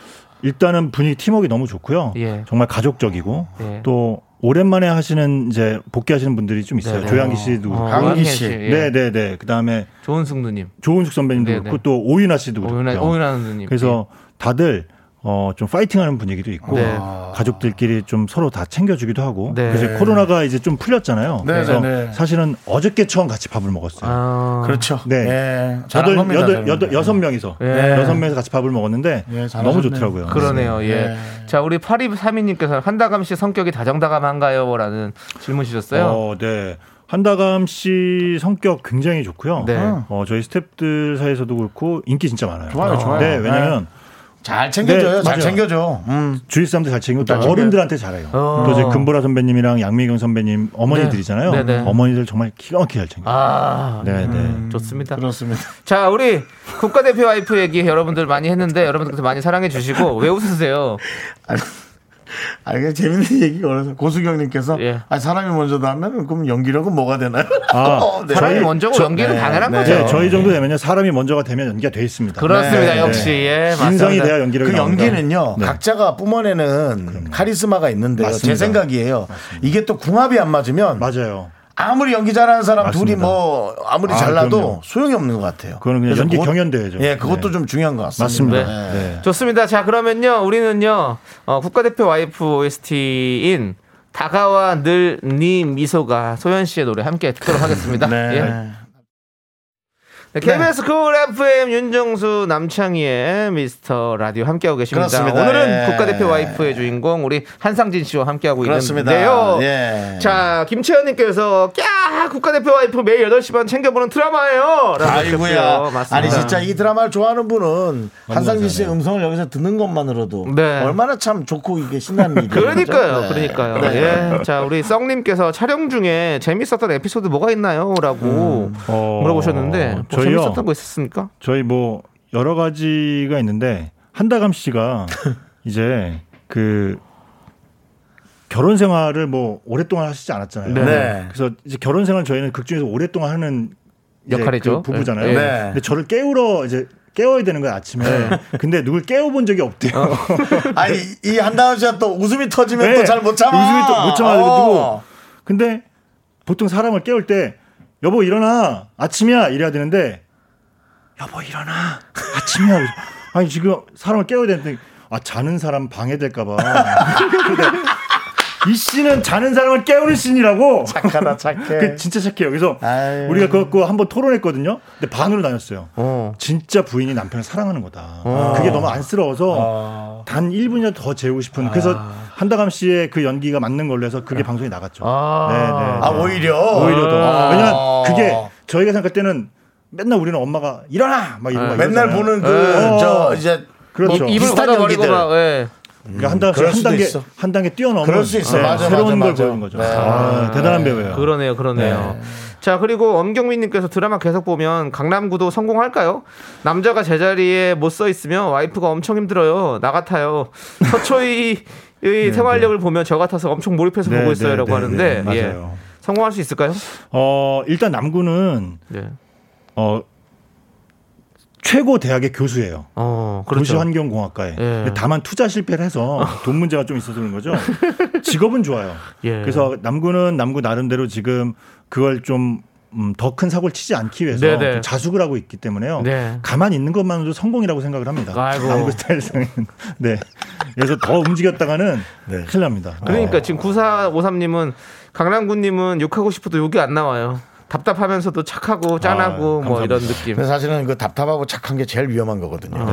Speaker 3: 일단은 분위기 팀워크 너무 좋고요.
Speaker 2: 예.
Speaker 3: 정말 가족적이고
Speaker 2: 예.
Speaker 3: 또 오랜만에 하시는 이제 복귀하시는 분들이 좀 있어요.
Speaker 2: 네, 네.
Speaker 3: 조양기 씨도
Speaker 2: 어,
Speaker 3: 그렇고.
Speaker 1: 강기
Speaker 2: 조양기
Speaker 1: 씨.
Speaker 2: 예.
Speaker 3: 네, 네, 네. 그다음에
Speaker 2: 조은숙 누님,
Speaker 3: 조은숙 선배님도
Speaker 2: 네, 네.
Speaker 3: 그렇고 또 오윤아 씨도 그렇고.
Speaker 2: 오윤아, 오윤아 누님. 예.
Speaker 3: 그렇죠. 그래서 다들 어, 좀 파이팅하는 분위기도 있고
Speaker 2: 네.
Speaker 3: 가족들끼리 좀 서로 다 챙겨주기도 하고
Speaker 2: 네.
Speaker 3: 그래서 코로나가 이제 좀 풀렸잖아요.
Speaker 1: 네,
Speaker 3: 그래서
Speaker 1: 네, 네.
Speaker 3: 사실은 어저께 처음 같이 밥을 먹었어요.
Speaker 2: 아,
Speaker 1: 그렇죠.
Speaker 3: 네.
Speaker 1: 예, 잘한
Speaker 3: 여덟
Speaker 1: 겁니다.
Speaker 3: 여덟
Speaker 1: 저는.
Speaker 3: 여덟 여섯 명이서
Speaker 2: 예.
Speaker 3: 여섯 명이서 같이 밥을 먹었는데
Speaker 1: 예, 잘하셨네요.
Speaker 3: 너무 좋더라고요.
Speaker 2: 그러네요. 예.
Speaker 1: 네.
Speaker 2: 자, 우리 8232님께서 한다감 씨 성격이 다정다감한가요? 라는 질문 주셨어요.
Speaker 3: 어, 네. 한다감 씨 성격 굉장히 좋고요.
Speaker 2: 네.
Speaker 3: 어, 저희 스태프들 사이에서도 그렇고 인기 진짜 많아요.
Speaker 1: 좋아요, 좋아요.
Speaker 3: 네, 왜냐면
Speaker 1: 잘 챙겨줘요.
Speaker 3: 네,
Speaker 1: 잘
Speaker 3: 맞아요.
Speaker 1: 챙겨줘. 음.
Speaker 3: 주위 사람들 잘 챙기고 또
Speaker 1: 챙겨요.
Speaker 3: 어른들한테 잘해요.
Speaker 2: 아, 네. 어.
Speaker 3: 또 이제 금보라 선배님이랑 양미경 선배님 어머니들이잖아요.
Speaker 2: 네, 네.
Speaker 3: 어머니들 정말 기가 막히게 잘 챙겨요.
Speaker 2: 아,
Speaker 3: 네, 네.
Speaker 2: 좋습니다.
Speaker 1: 그렇습니다. <laughs>
Speaker 2: 자, 우리 국가대표 와이프 얘기 여러분들 많이 했는데 여러분들께서 많이 사랑해 주시고 왜 웃으세요?
Speaker 1: 아니, 아, 그냥 재밌는 얘기가 어려서 고수경님께서
Speaker 2: 예.
Speaker 1: 아, 사람이 먼저다 하면 그럼 연기력은 뭐가 되나요?
Speaker 3: 아,
Speaker 1: <laughs> 어, 네.
Speaker 2: 사람이
Speaker 3: 저희-
Speaker 2: 먼저고
Speaker 1: 저-
Speaker 2: 연기는
Speaker 1: 네,
Speaker 2: 당연한
Speaker 1: 네.
Speaker 2: 거죠.
Speaker 3: 네, 저희 정도 되면요 사람이 먼저가 되면 연기가 돼 있습니다.
Speaker 2: 그렇습니다.
Speaker 1: 네,
Speaker 2: 역시
Speaker 3: 네.
Speaker 2: 예,
Speaker 3: 인성이
Speaker 2: 맞습니다.
Speaker 3: 돼야 연기력이
Speaker 1: 그
Speaker 3: 나온다. 네.
Speaker 1: 연기는요 각자가 뿜어내는 카리스마가 있는데요 제
Speaker 3: 맞습니다.
Speaker 1: 생각이에요 이게 또 궁합이 안 맞으면
Speaker 3: 맞아요.
Speaker 1: 아무리 연기 잘하는 사람 둘이
Speaker 3: 맞습니다.
Speaker 1: 뭐 아무리
Speaker 3: 아,
Speaker 1: 잘라도
Speaker 3: 그럼요.
Speaker 1: 소용이 없는 것 같아요
Speaker 3: 그거는 그냥
Speaker 1: 그래서
Speaker 3: 연기
Speaker 1: 그것-
Speaker 3: 경연대회죠.
Speaker 1: 예 그것도
Speaker 3: 네.
Speaker 1: 좀 중요한 것 같습니다
Speaker 3: 맞습니다.
Speaker 1: 예.
Speaker 3: 네.
Speaker 2: 좋습니다. 자, 그러면요. 우리는요. 어, 국가대표 와이프 OST인 다가와 늘 네 미소가 소연 씨의 노래 함께 듣도록 하겠습니다.
Speaker 1: 네.
Speaker 2: 예. 네, KBS 쿨 FM 윤정수 남창희의 미스터 라디오 함께하고 계십니다.
Speaker 1: 그렇습니다.
Speaker 2: 오늘은
Speaker 1: 예.
Speaker 2: 국가대표 와이프의 주인공 우리 한상진 씨와 함께하고
Speaker 1: 그렇습니다.
Speaker 2: 있는데요.
Speaker 1: 예.
Speaker 2: 네. 자, 김채연님께서 꺄 국가대표 와이프 매일 8시 반 챙겨보는 드라마예요. 라고 하셨고요.
Speaker 1: 아이고야.
Speaker 2: 맞습니다.
Speaker 1: 아니 진짜 이 드라마를 좋아하는 분은 한상진 씨의 음성을 여기서 듣는 것만으로도
Speaker 2: 네.
Speaker 1: 얼마나 참 좋고 이게
Speaker 2: <laughs>
Speaker 1: 신나는 일이죠.
Speaker 2: 그러니까요,
Speaker 1: 네.
Speaker 2: 그러니까요.
Speaker 1: 네.
Speaker 2: 예. 자, 우리 썩님께서 촬영 중에 재밌었던 에피소드 뭐가 있나요?라고
Speaker 1: 음.
Speaker 3: 어,
Speaker 2: 물어보셨는데 뭐
Speaker 3: 저희요?
Speaker 2: 재밌었던 거 있었습니까?
Speaker 3: 저희 뭐 여러 가지가 있는데
Speaker 2: <laughs>
Speaker 3: 한다감 씨가 이제 그 결혼 생활을 뭐 오랫동안 하시지 않았잖아요.
Speaker 1: 네. 네.
Speaker 3: 그래서 이제 결혼 생활 저희는 극 중에서 오랫동안 하는 이제
Speaker 2: 역할이죠.
Speaker 3: 그 부부잖아요.
Speaker 2: 네.
Speaker 1: 네.
Speaker 3: 근데 저를 깨우러 이제 깨워야 되는 거예요 아침에. 근데 누굴 깨워본 적이 없대요.
Speaker 1: 아니 이 한다은 씨가 또 웃음이 터지면
Speaker 3: 네.
Speaker 1: 또 잘 못 참아.
Speaker 3: 웃음이 또못 참아가지고.
Speaker 1: 어.
Speaker 3: 근데 보통 사람을 깨울 때 여보 일어나 아침이야 이래야 되는데 여보 일어나 아침이야 그래서 아니 지금 사람을 깨워야 되는데 아 자는 사람 방해될까봐 <laughs> 이 씨는 자는 사람을 깨우는 씬이라고
Speaker 1: 착하다 착해.
Speaker 3: <laughs> 그 진짜 착해요 그래서
Speaker 1: 네. 아유.
Speaker 3: 우리가 그거 갖고 한번 토론했거든요 근데 반으로 나눴어요
Speaker 2: 어.
Speaker 3: 진짜 부인이 남편을 사랑하는 거다.
Speaker 1: 어.
Speaker 3: 그게 너무
Speaker 1: 아.
Speaker 3: 안쓰러워서 단 1분이라도 더 재우고 싶은. 그래서 한다감 씨의 그 연기가 맞는 걸로 해서 그게 방송에 나갔죠. 네,
Speaker 2: 아.
Speaker 1: 아 오히려
Speaker 3: 오히려 더. 왜냐면
Speaker 1: 아.
Speaker 3: 그게 저희가 생각할 때는 맨날 우우리는 엄마가 일어나! 막 이런 거.
Speaker 1: 맨날
Speaker 3: 이러잖아요.
Speaker 1: 보는
Speaker 3: 어.
Speaker 1: 그 저 이제
Speaker 3: 그렇죠.
Speaker 2: 입을
Speaker 1: 비슷한
Speaker 2: 걷어버리고
Speaker 1: 연기들.
Speaker 2: 막 예.
Speaker 3: 그러니까 한다감
Speaker 1: 그럴
Speaker 3: 씨한
Speaker 1: 수도
Speaker 3: 단계,
Speaker 1: 있어.
Speaker 3: 한 단계 뛰어넘은 네,
Speaker 1: 그럴 수 있어. 맞아, 맞아,
Speaker 3: 새로운 걸
Speaker 1: 맞아.
Speaker 3: 보여준 거죠.
Speaker 1: 네.
Speaker 3: 아, 대단한 배우예요.
Speaker 2: 그러네요, 그러네요. 자, 그리고 엄경민님께서 드라마 계속 보면 강남구도 성공할까요? 남자가 제자리에 못 서 있으면 와이프가 엄청 힘들어요. 나 같아요.
Speaker 3: <laughs>
Speaker 2: 서초이의 생활력을 보면 저 같아서 엄청 몰입해서
Speaker 3: 네,
Speaker 2: 보고
Speaker 3: 네,
Speaker 2: 있어요라고
Speaker 3: 네,
Speaker 2: 하는데
Speaker 3: 네, 맞아요.
Speaker 2: 예. 성공할 수 있을까요?
Speaker 3: 어, 일단 남구는
Speaker 2: 네.
Speaker 3: 어, 최고 대학의 교수예요.
Speaker 2: 어, 그렇죠. 어.
Speaker 3: 도시환경공학과에. 근데 다만 투자 실패를 해서 돈 문제가 좀 있어서 그런 거죠. 직업은 좋아요.
Speaker 2: 예.
Speaker 3: 그래서 남구는 남구 나름대로 지금 그걸 좀 음, 더 큰 사고를 치지 않기 위해서
Speaker 2: 네네.
Speaker 3: 좀 자숙을 하고 있기 때문에요.
Speaker 2: 네.
Speaker 3: 가만히 있는 것만으로도 성공이라고 생각을 합니다.
Speaker 2: 아이고.
Speaker 3: 남구 스타일상은. <laughs> 네. 그래서 더 움직였다가는 큰일 납니다. 어.
Speaker 2: 그러니까 지금 9453님은 강남구님은 욕하고 싶어도 욕이 안 나와요. 답답하면서도 착하고 짠하고
Speaker 3: 아,
Speaker 2: 뭐
Speaker 3: 감사합니다.
Speaker 2: 이런 느낌.
Speaker 1: 근데 사실은 그 답답하고 착한 게 제일 위험한 거거든요.
Speaker 3: 네,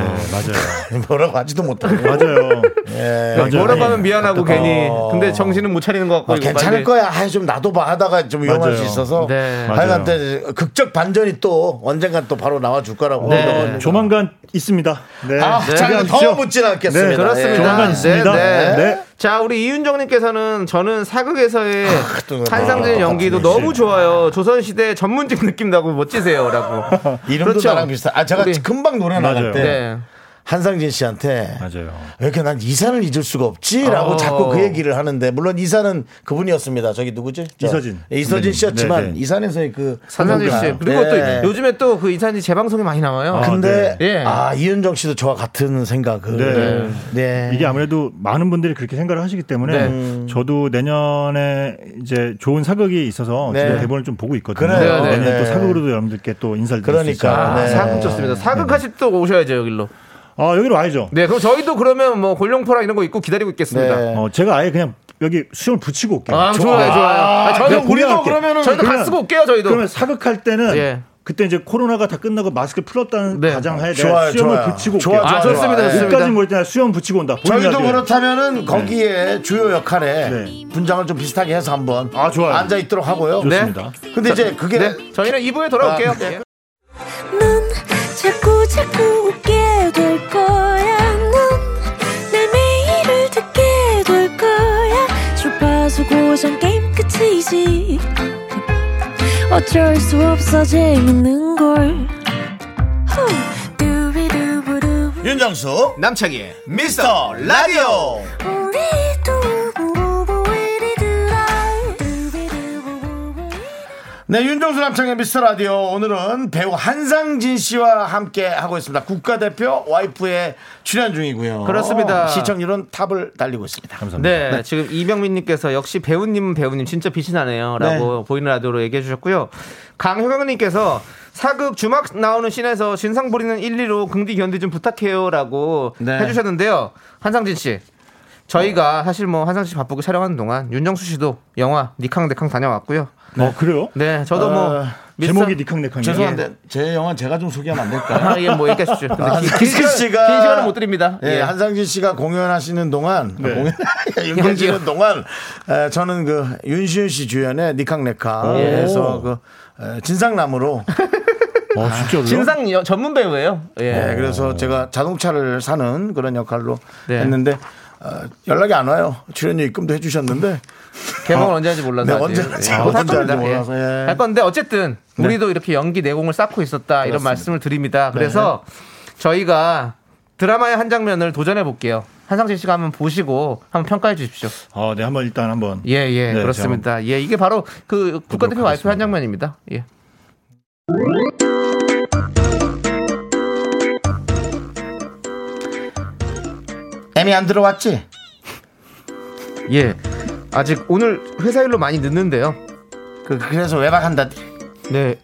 Speaker 1: <laughs>
Speaker 3: 맞아요.
Speaker 1: 뭐라고 하지도 못하고.
Speaker 3: 맞아요.
Speaker 1: 예.
Speaker 3: 맞아요.
Speaker 2: 뭐라고
Speaker 3: 네. 어.
Speaker 2: 하면 미안하고 괜히 근데 정신은 못 차리는 것 같고
Speaker 1: 어,
Speaker 2: 이거
Speaker 1: 괜찮을
Speaker 2: 빨리-
Speaker 1: 거야. 아, 좀 나도 봐 하다가 좀 위험할
Speaker 3: 맞아요.
Speaker 1: 수 있어서.
Speaker 2: 네.
Speaker 1: 하여간
Speaker 3: 맞아요.
Speaker 1: 또 극적 반전이 또 언젠간 또 바로 나와 줄 거라고.
Speaker 2: 네.
Speaker 1: 생각합니다.
Speaker 3: 어, 조만간 있습니다. 네.
Speaker 1: 아,
Speaker 3: 네.
Speaker 1: 자, 그럼 더
Speaker 3: 기대하십시오.
Speaker 1: 묻진 않겠습니다.
Speaker 3: 네,
Speaker 2: 그렇습니다.
Speaker 3: 조만간
Speaker 2: 네,
Speaker 3: 있습니다.
Speaker 2: 네.
Speaker 3: 네.
Speaker 2: 자 우리 이윤정님께서는 저는 사극에서의
Speaker 1: 또
Speaker 2: 한상진
Speaker 1: 아,
Speaker 2: 연기도
Speaker 1: 똑같은
Speaker 2: 너무 좋아요. 조선시대 전문직 느낌 나고 <laughs> 멋지세요라고.
Speaker 1: 예. 이름도
Speaker 2: 그렇죠.
Speaker 1: 나랑 비슷해. 아, 제가
Speaker 2: 우리-
Speaker 1: 금방 노래 나갈
Speaker 3: 맞아요.
Speaker 1: 때
Speaker 2: 네.
Speaker 1: 한상진 씨한테
Speaker 3: 맞아요.
Speaker 1: 왜 이렇게 난 이산을 잊을 수가 없지라고
Speaker 2: 어.
Speaker 1: 자꾸 그 얘기를 하는데 물론 이산은 그분이었습니다. 저기 누구지? 저-
Speaker 3: 이서진.
Speaker 1: 예, 이서진
Speaker 3: 네.
Speaker 1: 씨였지만
Speaker 3: 네, 네.
Speaker 1: 이산에서의 그
Speaker 2: 한상진 씨 그리고
Speaker 1: 네.
Speaker 2: 또 요즘에 또 그 이산이 재방송이 많이 나와요.
Speaker 3: 아,
Speaker 1: 근데
Speaker 2: 네. 예.
Speaker 1: 아 이윤정 씨도 저와 같은 생각을 네.
Speaker 3: 이게 아무래도 많은 분들이 그렇게 생각을 하시기 때문에 저도 내년에 이제 좋은 사극이 있어서
Speaker 1: 네.
Speaker 3: 지금 대본을 좀 보고 있거든요. 어,
Speaker 1: 그래요.
Speaker 3: 내년
Speaker 1: 네.
Speaker 3: 에또 사극으로도 여러분들께 또 인사를 드릴 수
Speaker 1: 그러니까.
Speaker 3: 있어요.
Speaker 2: 아,
Speaker 1: 네.
Speaker 2: 사극 좋습니다. 사극 하실 또 오셔야죠 여기로.
Speaker 3: 아, 여기로 와야죠.
Speaker 2: 네, 그럼 저희도 그러면 뭐 골룡포랑 이런 거 입고 기다리고 있겠습니다.
Speaker 1: 네.
Speaker 3: 어, 제가 아예 그냥 여기 수염을 붙이고 올게요.
Speaker 2: 아,
Speaker 3: 저-
Speaker 2: 좋아요, 좋아요. 아, 저희도
Speaker 3: 그냥
Speaker 2: 우리도
Speaker 3: 공연할게.
Speaker 2: 그러면은 저희도 가
Speaker 3: 그러면-
Speaker 2: 쓰고 올게요, 저희도.
Speaker 3: 그러면 사극할 때는
Speaker 2: 예.
Speaker 3: 그때 이제 코로나가 다 끝나고 마스크 풀었다는
Speaker 2: 네.
Speaker 3: 가장하에
Speaker 1: 좋아요,
Speaker 3: 내가 수염을
Speaker 1: 좋아요.
Speaker 3: 붙이고
Speaker 1: 좋아,
Speaker 3: 올게요.
Speaker 2: 아,
Speaker 1: 좋아요.
Speaker 2: 좋습니다,
Speaker 1: 예.
Speaker 2: 좋습니다.
Speaker 3: 끝까지 모일 때나 수염 붙이고 온다. 보이는
Speaker 1: 저희도
Speaker 3: 라디오에.
Speaker 1: 그렇다면은 거기에 주요 역할에
Speaker 3: 네.
Speaker 1: 분장을 좀 비슷하게 해서 한번
Speaker 3: 아, 좋아요.
Speaker 1: 앉아 있도록 하고요.
Speaker 3: 좋습니다.
Speaker 1: 근데 이제 그게
Speaker 2: 네, 저희는 2부에 돌아올게요.
Speaker 1: 아, 네.
Speaker 2: 예.
Speaker 4: 넌 자꾸 자꾸 웃게 될 거야. 넌내 매일을 듣게 될 거야. 주파수 고정 게임 끝이지. 어쩔 수 없어 재밌는 걸. 후. 두비두부두.
Speaker 1: 윤정수
Speaker 2: 남창희의
Speaker 1: 미스터 라디오
Speaker 4: 우리 두
Speaker 1: 네, 윤종수 남창의 미스터 라디오. 오늘은 배우 한상진 씨와 함께 하고 있습니다. 국가대표 와이프의 출연 중이고요.
Speaker 2: 그렇습니다.
Speaker 1: 시청률은 탑을 달리고 있습니다.
Speaker 3: 감사합니다.
Speaker 2: 네, 지금 이병민님께서 역시 배우님은 배우님 진짜 빛이 나네요라고 보이는 라디오로 얘기해 주셨고요. 강효경님께서 사극 주막 나오는 씬에서 진상 부리는 1, 2로 긍디 견디 좀 부탁해요라고
Speaker 1: 네.
Speaker 2: 해주셨는데요. 한상진 씨, 저희가 사실 뭐 한상진 씨 바쁘고 촬영하는 동안 윤정수 씨도 영화 니캉 데캉 다녀왔고요.
Speaker 3: 어 그래요?
Speaker 2: 네, 저도 뭐
Speaker 1: 어,
Speaker 2: 미스터-
Speaker 3: 제목이 니캉네캉이에요.
Speaker 1: 죄송한데 제 영화 제가 좀 소개하면 안 될까요?
Speaker 2: 아, 예, 뭐 얘기하십시오. 근데
Speaker 1: 아,
Speaker 2: 긴, 긴
Speaker 1: 한상진
Speaker 2: 시간,
Speaker 1: 씨가-
Speaker 2: 긴 시간은 못 드립니다.
Speaker 1: <laughs> 예,
Speaker 2: 예.
Speaker 1: 한상진 씨가 공연하시는 동안
Speaker 3: 네.
Speaker 1: 공연 <laughs> 연기하시는 동안 에, 저는 그 윤시윤 씨 주연의 니캉네카에서 그 에, 진상남으로
Speaker 3: 아
Speaker 1: <laughs>
Speaker 3: 진짜로요?
Speaker 2: 진상 여- 전문 배우예요. 예.
Speaker 1: 예, 그래서 제가 자동차를 사는 그런 역할로
Speaker 2: 네.
Speaker 1: 했는데 어, 연락이 안 와요. 출연료 입금도 해주셨는데
Speaker 2: 개봉을
Speaker 1: 어.
Speaker 2: 언제 할지 몰라서
Speaker 1: 네,
Speaker 2: 아직.
Speaker 1: 언제 할지,
Speaker 2: 곧할
Speaker 1: 언제 할지
Speaker 2: 겁니다. 예.
Speaker 1: 몰라서, 예. 네.
Speaker 2: 할 건데 어쨌든 우리도 이렇게 연기 내공을 쌓고 있었다 이런 말씀을 드립니다. 그래서 저희가 드라마의 한 장면을 도전해 볼게요. 한상진 씨가 한번 보시고 한번 평가해 주십시오.
Speaker 3: 어, 네 한번 일단 한번.
Speaker 2: 예, 예,
Speaker 3: 네,
Speaker 2: 그렇습니다. 예, 이게 바로 그 국가대표 와이프 한 장면입니다. 예.
Speaker 1: 애미 안 들어왔지? 네.
Speaker 2: 예. 아직 오늘 회사일로 많이 늦는데요.
Speaker 1: 그, 그래서 외박한다.
Speaker 2: 네.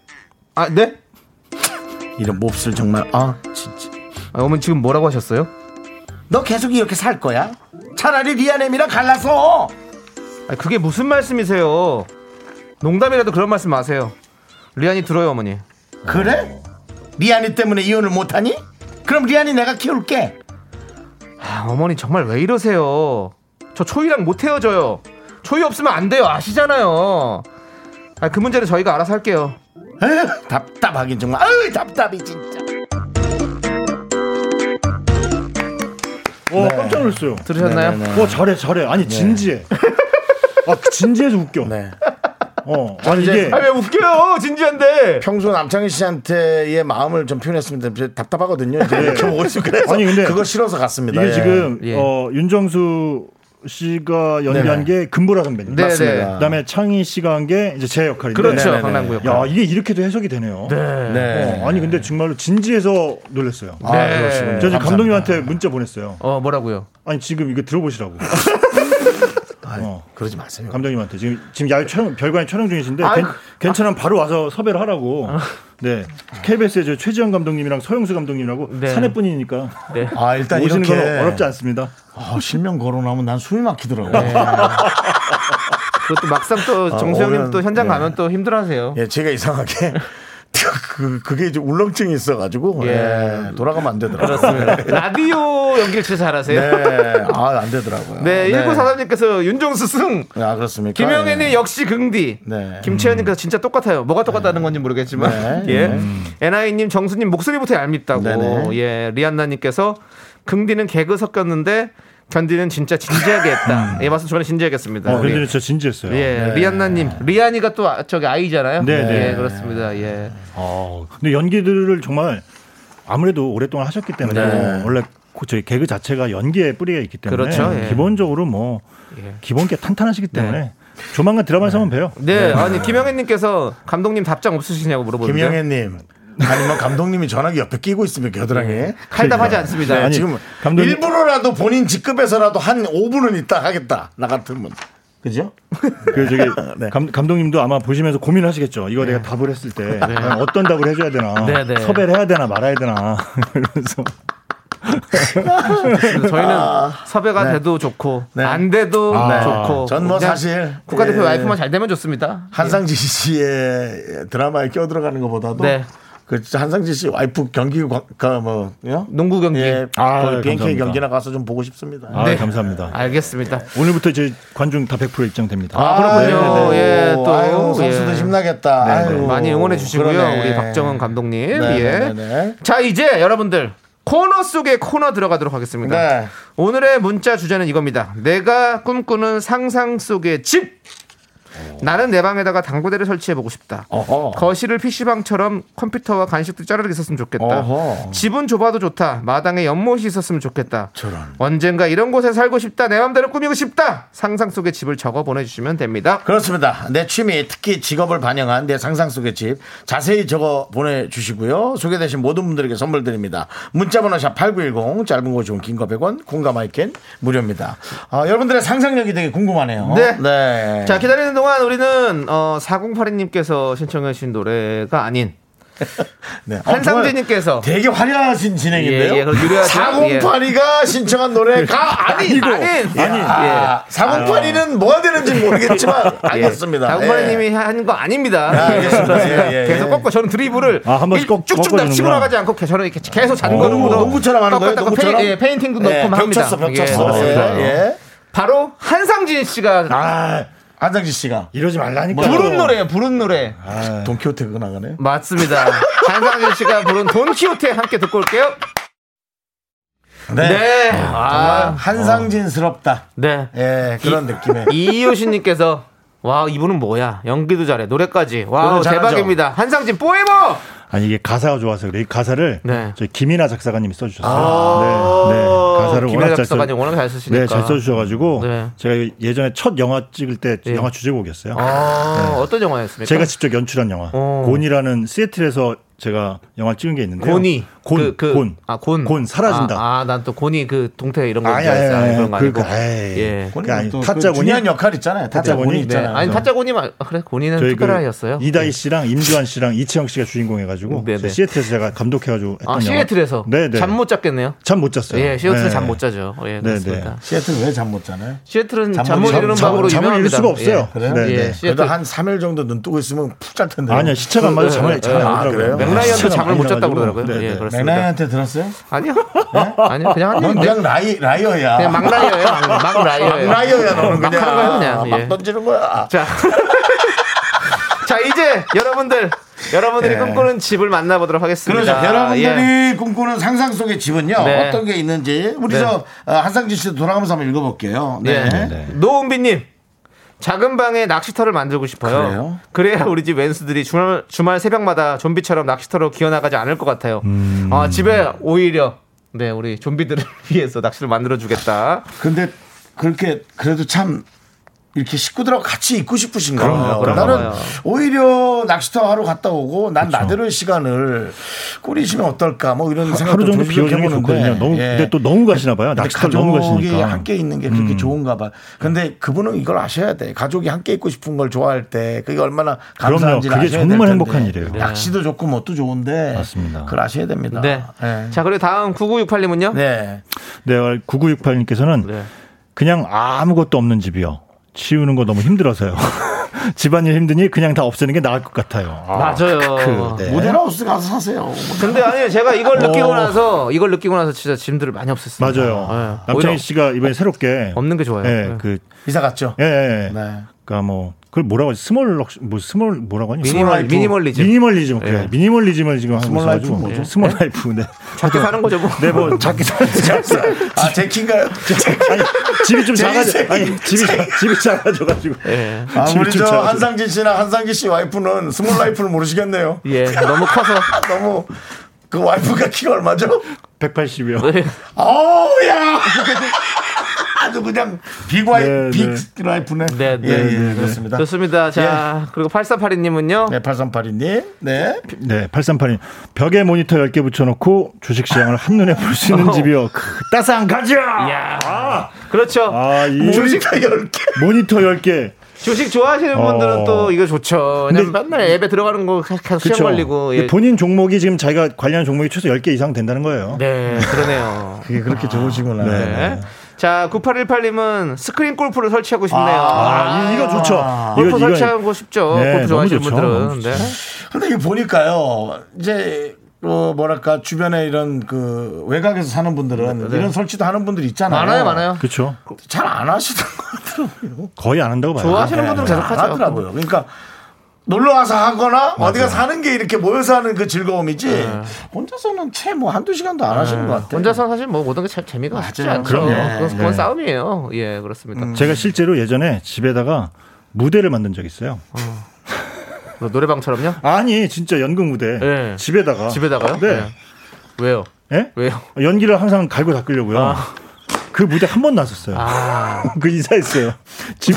Speaker 2: 아, 네?
Speaker 1: 이런 몹쓸 정말 아 진짜.
Speaker 2: 아, 어머니 지금 뭐라고 하셨어요?
Speaker 1: 너 계속 이렇게 살 거야? 차라리 리아nem이랑 갈라서
Speaker 2: 아, 그게 무슨 말씀이세요? 농담이라도 그런 말씀 마세요. 리안이 들어요, 어머니.
Speaker 1: 그래? 리아니 때문에 이혼을 못하니? 그럼 리아니 내가 키울게.
Speaker 2: 아, 어머니 정말 왜 이러세요? 저 초이랑 못 헤어져요. 초이 없으면 안 돼요. 아시잖아요. 아, 그 문제는 저희가 알아서 할게요.
Speaker 1: 에휴, 답답하긴 정말. 아유 답답이 진짜. 네.
Speaker 3: 어 깜짝 놀랐어요.
Speaker 2: 들으셨나요?
Speaker 3: 어 잘해 잘해. 아니 진지해. 아 진지해서 웃겨.
Speaker 1: 네.
Speaker 3: 어 아니 이게
Speaker 2: 아, 왜 웃겨요? 진지한데.
Speaker 1: 평소 남창희 씨한테의 마음을 좀 표현했습니다. 이제 답답하거든요. 이제 이렇게 보고 있으면 그래서
Speaker 3: 네. 아니, 근데
Speaker 1: 그거 싫어서 갔습니다.
Speaker 3: 이게
Speaker 1: 예.
Speaker 3: 지금
Speaker 2: 예.
Speaker 3: 어 윤정수 씨가
Speaker 1: 네네.
Speaker 3: 연기한 게 금보라 선배님.
Speaker 2: 네,
Speaker 1: 맞습니다.
Speaker 2: 네.
Speaker 3: 그다음에 창희 씨가 한 게 이제 제 역할인데.
Speaker 2: 그렇죠.
Speaker 1: 네네네.
Speaker 2: 강남구역.
Speaker 3: 야 이게 이렇게도 해석이 되네요.
Speaker 1: 네.
Speaker 3: 어, 아니 근데 정말로 진지해서 놀랐어요.
Speaker 1: 아,
Speaker 2: 네.
Speaker 1: 그러시군요.
Speaker 3: 저
Speaker 1: 감사합니다.
Speaker 3: 지금 감독님한테 문자 보냈어요.
Speaker 2: 어, 뭐라고요?
Speaker 3: 아니 지금 이거
Speaker 1: <laughs>
Speaker 3: 들어보시라고. 어.
Speaker 1: 그러지 마세요.
Speaker 3: 감독님한테 지금 지금 야외 촬영 별관에 촬영 중이신데
Speaker 2: 아이고.
Speaker 3: 괜- 괜찮으면 바로 와서 섭외를 하라고. 네. KBS의 저 최지영 감독님이랑 서영수 감독님이라고
Speaker 2: 네.
Speaker 3: 사내뿐이니까
Speaker 1: 아 일단
Speaker 3: 오시는
Speaker 1: 이렇게
Speaker 3: 건 어렵지 않습니다.
Speaker 1: 아, 실명 거론하면 난 숨이 막히더라고. 요 <laughs>
Speaker 2: 그것도 막상 또
Speaker 1: 아,
Speaker 2: 정수영님
Speaker 1: 오늘은-
Speaker 2: 또 현장
Speaker 1: 네.
Speaker 2: 가면 또 힘들어하세요.
Speaker 1: 예, 제가 이상하게 그, 그게 이제 울렁증이 있어가지고
Speaker 2: 예.
Speaker 1: 예, 돌아가면 안 되더라고요.
Speaker 2: 네. 라디오 연기를 진짜 잘하세요. 네.
Speaker 1: 네, 아, 안 되더라고요.
Speaker 2: 1943님께서 윤종수 승.
Speaker 1: 아, 그렇습니까?
Speaker 2: 김영애님
Speaker 1: 예.
Speaker 2: 역시 긍디.
Speaker 1: 네.
Speaker 2: 김채연님께서 진짜 똑같아요. 뭐가 똑같다는 건지 모르겠지만.
Speaker 1: 네.
Speaker 2: <laughs> 예. 에나이님, 정수님 목소리부터 얄밉다고.
Speaker 1: 네네.
Speaker 2: 예. 리안나님께서 긍디는 개그 섞였는데 견디는 진짜 진지하게
Speaker 1: 음.
Speaker 2: 했다. 예, 맞습니다. 저는
Speaker 1: 네.
Speaker 2: 진지하겠습니다.
Speaker 3: 어, 근데 진짜 진지했어요.
Speaker 2: 예, 리안나님, 리안이가 또 아- 저기 아이잖아요.
Speaker 3: 네, 네.
Speaker 2: 예, 그렇습니다.
Speaker 1: 네.
Speaker 2: 예,
Speaker 3: 어, 근데 연기들을 정말 아무래도 오랫동안 하셨기 때문에
Speaker 1: 네.
Speaker 3: 원래 그 저희 개그 자체가 연기의 뿌리가 있기 때문에
Speaker 2: 그렇죠, 예.
Speaker 3: 기본적으로 뭐
Speaker 2: 예.
Speaker 3: 기본 게 탄탄하시기 때문에
Speaker 2: 네.
Speaker 3: 조만간 드라마에서 한번 봬요.
Speaker 2: 네, 아니 김영애님께서 감독님 답장 없으시냐고 물어보는데
Speaker 1: 김영애님 아니면 감독님이 전화기 옆에 끼고 있으면 겨드랑이에
Speaker 2: 칼답하지 않습니다.
Speaker 1: 네,
Speaker 3: 아니,
Speaker 1: 지금
Speaker 3: 감독님-
Speaker 1: 일부러라도 본인 직급에서라도 한 5분은 있다 하겠다 나 같으면 그죠?
Speaker 3: 그 저기
Speaker 1: 네.
Speaker 3: 감, 감독님도 아마 보시면서 고민하시겠죠. 이거 내가 답을 했을 때 과연 어떤 답을 해줘야 되나,
Speaker 2: 네, 네.
Speaker 3: 섭외를 해야 되나 말아야 되나. <laughs> 그래서
Speaker 2: 저희는 섭외가 돼도 좋고
Speaker 1: 아. 네.
Speaker 2: 안 돼도 좋고
Speaker 1: 전뭐
Speaker 2: 그냥
Speaker 1: 사실
Speaker 2: 국가대표
Speaker 1: 예.
Speaker 2: 와이프만 잘 되면 좋습니다.
Speaker 1: 한상진 씨의 드라마에 끼어들어가는 것보다도
Speaker 2: 네.
Speaker 1: 그 진짜 한상진 씨 와이프 경기 그 가뭐
Speaker 2: 농구 경기.
Speaker 1: 예,
Speaker 3: 아,
Speaker 1: 거의 BNK
Speaker 3: 감사합니다.
Speaker 1: 경기나 가서 좀 보고 싶습니다.
Speaker 3: 아,
Speaker 2: 네.
Speaker 3: 감사합니다.
Speaker 2: 알겠습니다.
Speaker 3: 오늘부터 이제 관중 다 100% 입장됩니다.
Speaker 2: 아, 그렇군요.
Speaker 1: 네, 네, 네.
Speaker 2: 예, 또,
Speaker 1: 아유, 선수들
Speaker 2: 예.
Speaker 1: 힘나겠다. 아유,
Speaker 2: 많이 응원해 주시고요.
Speaker 1: 그러네.
Speaker 2: 우리 박정은 감독님.
Speaker 1: 네,
Speaker 2: 예.
Speaker 1: 네, 네, 네.
Speaker 2: 자, 이제 여러분들 코너 속의 코너 들어가도록 하겠습니다.
Speaker 1: 네.
Speaker 2: 오늘의 문자 주제는 이겁니다. 내가 꿈꾸는 상상 속의 집. 나는 내 방에다가 당구대를 설치해보고 싶다.
Speaker 1: 어허.
Speaker 2: 거실을 PC방처럼 컴퓨터와 간식도 짜르르 있었으면 좋겠다.
Speaker 1: 어허.
Speaker 2: 집은 좁아도 좋다. 마당에 연못이 있었으면 좋겠다.
Speaker 1: 저런.
Speaker 2: 언젠가 이런 곳에 살고 싶다. 내 맘대로 꾸미고 싶다. 상상 속의 집을 적어 보내주시면 됩니다.
Speaker 1: 그렇습니다. 내 취미, 특히 직업을 반영한 내 상상 속의 집 자세히 적어 보내주시고요. 소개되신 모든 분들에게 선물 드립니다. 문자번호 샵 8910, 짧은 거 좋은 긴거 100원, 공감 아이캔 무료입니다. 아, 여러분들의 상상력이 되게 궁금하네요.
Speaker 2: 네. 자, 기다리는 동안 우리는 어, 4082님께서 신청해주신 노래가 아닌
Speaker 1: 네. 어,
Speaker 2: 한상진님께서
Speaker 1: 정말 되게 화려하신 진행인데요.
Speaker 2: 예, 예, 그럼 유리하죠. 예.
Speaker 1: 4082가 신청한 노래가 아닌
Speaker 2: <laughs> 아니고. 예. 아닌.
Speaker 1: 아, 4082는 뭐가 되는지
Speaker 2: 예.
Speaker 1: 모르겠지만 알겠습니다. 예.
Speaker 2: 다구마님이 한 거 아닙니다.
Speaker 1: 아, 알겠습니다. 예, 예, 예.
Speaker 2: 계속 꺾고 저는 드리블을
Speaker 3: 아, 한 번씩
Speaker 2: 일-
Speaker 3: 꺾-
Speaker 2: 쭉쭉 다 치고
Speaker 3: 꺾어주는구나.
Speaker 2: 나가지 않고 저는 이렇게 계속 어, 잔거는
Speaker 1: 오, 어, 농구처럼 하는 뭐 거예요? 농구처럼?
Speaker 2: 페, 인팅도
Speaker 1: 예,
Speaker 2: 넣고 합니다.
Speaker 1: 벽쳤어,
Speaker 2: 예,
Speaker 1: 벽쳤어.
Speaker 2: 그렇습니다.
Speaker 1: 예, 예.
Speaker 2: 바로 한상진 씨가
Speaker 1: 아, 안상진 씨가 뭐, 아,
Speaker 3: 이러지 말라니까.
Speaker 2: 부른 노래예요. 부른 노래.
Speaker 1: 돈키호테가 나가네.
Speaker 2: <laughs> 맞습니다. 한상진 씨가 부른 돈키호테 함께 듣고 올게요.
Speaker 1: 네.
Speaker 2: 네.
Speaker 1: 아,
Speaker 2: 아,
Speaker 1: 한상진스럽다.
Speaker 2: 네.
Speaker 1: 예, 그런
Speaker 2: 이-
Speaker 1: 느낌의.
Speaker 2: 이효신님께서 와 이분은 뭐야 연기도 잘해 노래까지 와
Speaker 1: 노래 잘하죠.
Speaker 2: 대박입니다 한상진 포에버
Speaker 3: 아니 이게 가사가 좋아서 그래. 이 가사를
Speaker 2: 네.
Speaker 3: 저희 김이나 작사가님이 써주셨어요.
Speaker 2: 아.
Speaker 3: 네, 네. 가사를
Speaker 2: 김연아
Speaker 3: 워낙 잘 써.
Speaker 2: 작사가님 워낙 잘 쓰시니까.
Speaker 3: 네, 잘 써주셔가지고
Speaker 2: 네.
Speaker 3: 제가 예전에 첫 영화 찍을 때
Speaker 2: 예.
Speaker 3: 영화 주제곡이었어요.
Speaker 2: 아, 어떤 영화였습니까?
Speaker 3: 네. 제가 직접 연출한 영화
Speaker 2: 어.
Speaker 3: 곤이라는 시애틀에서 제가 영화 를 찍은 게 있는데
Speaker 2: 곤이
Speaker 3: 곤,
Speaker 2: 그, 그,
Speaker 3: 곤,
Speaker 2: 아, 곤.
Speaker 3: 곤, 사라진다.
Speaker 2: 아, 난 또 곤이 그 동태 이런 거
Speaker 3: 아니,
Speaker 2: 있지 않아요?
Speaker 3: 아니, 아니,
Speaker 2: 그런 거 아니고.
Speaker 3: 그러니까, 에이.
Speaker 2: 예.
Speaker 3: 그게 아니,
Speaker 1: 또
Speaker 3: 타짜군이-
Speaker 1: 그 중요한 역할 있잖아요.
Speaker 3: 타짜군이
Speaker 1: 타짜군이
Speaker 2: 네.
Speaker 1: 있잖아요.
Speaker 2: 아니 타짜 곤이 말 아, 그래 곤이는
Speaker 3: 저희 그
Speaker 2: 특별하였어요.
Speaker 3: 이다희 씨랑 임주환 씨랑 이채영 씨가 주인공 해가지고
Speaker 2: 네, 네.
Speaker 3: 시애틀에서 제가 감독해가지고 했던
Speaker 2: 아
Speaker 3: 영화.
Speaker 2: 시애틀에서
Speaker 3: 네네.
Speaker 2: 잠 못 잤겠네요.
Speaker 3: 잠 못 잤어요.
Speaker 2: 예, 시애틀
Speaker 3: 네.
Speaker 2: 은 잠 못 자죠. 예, 그렇습니다.
Speaker 3: 네.
Speaker 1: 시애틀 왜 잠 못 자나요?
Speaker 2: 시애틀은
Speaker 1: 잠못
Speaker 2: 잠 못
Speaker 1: 잠-
Speaker 2: 이루는
Speaker 1: 잠-
Speaker 2: 방으로
Speaker 3: 잠을
Speaker 2: 유명합니다.
Speaker 3: 이룰 수가 없어요.
Speaker 2: 예.
Speaker 1: 그래요?
Speaker 3: 네,
Speaker 2: 예,
Speaker 3: 네.
Speaker 2: 시애틀.
Speaker 1: 그래도 한 3일 정도 눈 뜨고 있으면 푹 잘 텐데.
Speaker 3: 아니요 시차가 안 맞아요.
Speaker 2: 예,
Speaker 3: 잠을
Speaker 2: 예.
Speaker 3: 잘안
Speaker 2: 아,
Speaker 3: 오더라고요. 네,
Speaker 1: 그래요?
Speaker 2: 맥라이언도
Speaker 3: 시차가
Speaker 2: 잠을
Speaker 3: 많이
Speaker 2: 못 잤다고
Speaker 3: 나가지고.
Speaker 2: 그러더라고요.
Speaker 3: 네,
Speaker 2: 예,
Speaker 3: 네.
Speaker 2: 그렇습니다.
Speaker 1: 맥라이한테 들었어요?
Speaker 2: 아니요.
Speaker 1: 네?
Speaker 2: 아니요. 그냥 한
Speaker 1: 넌
Speaker 2: 얘기인데.
Speaker 1: 그냥 라이, 라이어야.
Speaker 2: 그냥 막
Speaker 1: <laughs>
Speaker 2: 라이어예요. 막, 막 라이어예요. 네.
Speaker 1: 라이어야, 너는
Speaker 2: 막
Speaker 1: 그냥. 아,
Speaker 2: 하는 거예요, 그냥. 예.
Speaker 1: 막 던지는 거야.
Speaker 2: 자. 자, 이제 여러분들, 여러분들이
Speaker 3: 네.
Speaker 1: 예.
Speaker 2: 꿈꾸는 집을 만나보도록 하겠습니다.
Speaker 1: 그러죠.
Speaker 2: 예.
Speaker 1: 여러분들이 꿈꾸는 상상 속의 집은요
Speaker 2: 네.
Speaker 1: 어떤 게 있는지 우리
Speaker 3: 네.
Speaker 1: 저 어, 한상진 씨도 돌아가면서 한번 읽어볼게요. 네.
Speaker 2: 네. 노은비님. 작은 방에 낚시터를 만들고 싶어요.
Speaker 1: 그래요?
Speaker 2: 그래야 우리 집 왼수들이 주말, 주말 새벽마다 좀비처럼 낚시터로 기어나가지 않을 것 같아요. 아, 집에 오히려 네 우리 좀비들을 <laughs> 위해서 낚시를 만들어 주겠다.
Speaker 1: 근데 그렇게 그래도 참 이렇게 식구들하고 같이 있고 싶으신가 봐요.
Speaker 2: 그럼요.
Speaker 1: 나는
Speaker 2: 그럼요.
Speaker 1: 오히려 낚시터 하루 갔다 오고 난 나들을 시간을 꾸리시면 어떨까 뭐 이런 생각도
Speaker 3: 그렇죠. 하루 정도
Speaker 1: 좀 생각해
Speaker 3: 비워주는 게
Speaker 1: 보는데.
Speaker 3: 좋거든요. 너무
Speaker 1: 예.
Speaker 3: 근데 또 너무 가시나 봐요.
Speaker 1: 근데
Speaker 3: 낚시터 너무
Speaker 1: 가족이
Speaker 3: 가시니까. 음.
Speaker 1: 함께 있는 게 그렇게 좋은가 봐. 근데 그분은 이걸 아셔야 돼. 가족이 함께 있고 싶은 걸 좋아할 때 그게 얼마나 감사한지
Speaker 3: 그럼요. 그게
Speaker 1: 아셔야 될
Speaker 3: 정말
Speaker 1: 텐데.
Speaker 3: 행복한 일이에요. 네.
Speaker 1: 낚시도 좋고 뭣도 좋은데
Speaker 3: 맞습니다.
Speaker 1: 그걸 아셔야 됩니다.
Speaker 2: 네.
Speaker 1: 예.
Speaker 2: 자 그리고 다음 9968님은요.
Speaker 1: 네.
Speaker 3: 네, 9968님께서는
Speaker 2: 네.
Speaker 3: 그냥 아무것도 없는 집이요. 치우는 거 너무 힘들어서요. <laughs> 집안일 힘드니 그냥 다 없애는 게 나을 것 같아요. 아,
Speaker 2: 맞아요.
Speaker 3: 네.
Speaker 1: 모델하우스 가서 사세요.
Speaker 2: 근데 아니 제가 이걸 느끼고 나서 이걸 느끼고 나서 진짜 짐들을 많이 없앴습니다.
Speaker 3: 맞아요.
Speaker 2: 예.
Speaker 3: 남창희
Speaker 2: 오히려
Speaker 3: 씨가 이번에 새롭게
Speaker 2: 없는 게 좋아요.
Speaker 3: 예,
Speaker 2: 예.
Speaker 3: 그
Speaker 1: 이사 갔죠?
Speaker 3: 예, 예.
Speaker 1: 네.
Speaker 3: 그러니까 뭐 그걸 뭐라고 하지? 스몰 럭- 뭐 스몰 뭐라고 하니?
Speaker 2: 미니멀-
Speaker 3: 스몰 라이프.
Speaker 2: 미니멀리즘.
Speaker 3: 미니멀리즘. 그래.
Speaker 2: 예.
Speaker 3: 미니멀리즘을 지금 하고
Speaker 1: 스몰
Speaker 3: 있어 가지고.
Speaker 1: 라이프는 뭐죠? 예?
Speaker 3: 스몰 라이프. 네.
Speaker 2: 작게 사는 거죠 뭐.
Speaker 1: <laughs>
Speaker 3: 네, 뭐 <laughs> 작게 네.
Speaker 1: 아, 제
Speaker 3: <laughs>
Speaker 1: 키인가요?
Speaker 3: 아니, 집이 좀
Speaker 1: 제일
Speaker 3: 작아져.
Speaker 1: 생-
Speaker 3: 아니, 집이 집이 작아져 가지고.
Speaker 2: 예.
Speaker 1: 아,
Speaker 3: 집이
Speaker 1: 우리
Speaker 3: 좀
Speaker 1: 저
Speaker 3: 작아져.
Speaker 1: 한상진 씨나 한상진 씨 와이프는 스몰 라이프를 모르시겠네요.
Speaker 2: 예, 너무 커서.
Speaker 1: 아, 너무 그 와이프가 키가 얼마죠?
Speaker 3: 180이요.
Speaker 1: 어우야! <laughs> 아주 그냥 빅와이
Speaker 3: 네,
Speaker 1: 빅 라이프네.
Speaker 2: 네, 네.
Speaker 1: 예, 예, 그렇습니다.
Speaker 2: 좋습니다. 자, 그리고 8482님은요.
Speaker 1: 네, 8382님. 네.
Speaker 3: 네, 8382. 벽에 모니터 10개 붙여놓고 주식 시장을 한눈에 볼 수 있는 집이요. 크, 따스한 가자!
Speaker 2: 어. 야 그렇죠.
Speaker 1: 뭐
Speaker 3: 아, 이
Speaker 1: 우리가 10개.
Speaker 3: 모니터 10개.
Speaker 2: 주식 좋아하시는 분들은
Speaker 3: 어.
Speaker 2: 또 이거 좋죠. 왜냐면
Speaker 3: 근데-
Speaker 2: 맨날 앱에 들어가는 거 계속 시험
Speaker 3: 그쵸.
Speaker 2: 걸리고. 예.
Speaker 3: 본인 종목이 지금 자기가 관련 종목이 최소 10개 이상 된다는 거예요.
Speaker 2: 네,
Speaker 3: <laughs>
Speaker 2: 그러네요.
Speaker 1: 예, 그게 그렇게 좋으시구나.
Speaker 2: 네. 자, 9818님은 스크린 골프를 설치하고 싶네요.
Speaker 3: 아, 이- 이거 좋죠.
Speaker 2: 골프
Speaker 3: 이거, 이거.
Speaker 2: 설치하고 싶죠.
Speaker 3: 네,
Speaker 2: 골프 좋아하시는
Speaker 3: 너무 좋죠.
Speaker 2: 분들은.
Speaker 3: 너무 좋죠.
Speaker 2: 네.
Speaker 1: 근데 이게 보니까요. 이제 어, 뭐랄까 주변에 이런 그 외곽에서 사는 분들은 이런 설치도 하는 분들이 있잖아요.
Speaker 2: 네, 많아요, 많아요.
Speaker 3: 그렇죠.
Speaker 1: 잘 안 하시는 것 같더라고요.
Speaker 3: 거의 안 한다고 봐요.
Speaker 2: 좋아하시는
Speaker 1: 네,
Speaker 2: 분들은
Speaker 1: 네,
Speaker 2: 계속
Speaker 1: 안
Speaker 2: 하죠.
Speaker 1: 하더라고요. 그러니까 놀러 와서 하거나 어디가 사는 게 이렇게 모여서 하는 그 즐거움이지 혼자서는 채 뭐 한두 시간도 안 하시는 것 같아요.
Speaker 2: 네. 혼자서 사실 뭐 모든 게 참 재미가 없지 않죠.
Speaker 3: 그럼요.
Speaker 2: 그건, 그건
Speaker 3: 네.
Speaker 2: 싸움이에요. 예, 그렇습니다.
Speaker 3: 제가 실제로 예전에 집에다가 무대를 만든 적이 있어요.
Speaker 2: 뭐 노래방처럼요?
Speaker 3: 아니 진짜 연극 무대
Speaker 2: 네.
Speaker 3: 집에다가
Speaker 2: 집에다가요?
Speaker 3: 네.
Speaker 2: 왜요?
Speaker 3: 예?
Speaker 2: 왜요?
Speaker 3: 연기를 항상 갈고 닦으려고요.
Speaker 2: 아.
Speaker 3: 그 무대 한 번 나섰어요.
Speaker 2: 아,
Speaker 3: <laughs> 그 인사했어요. 집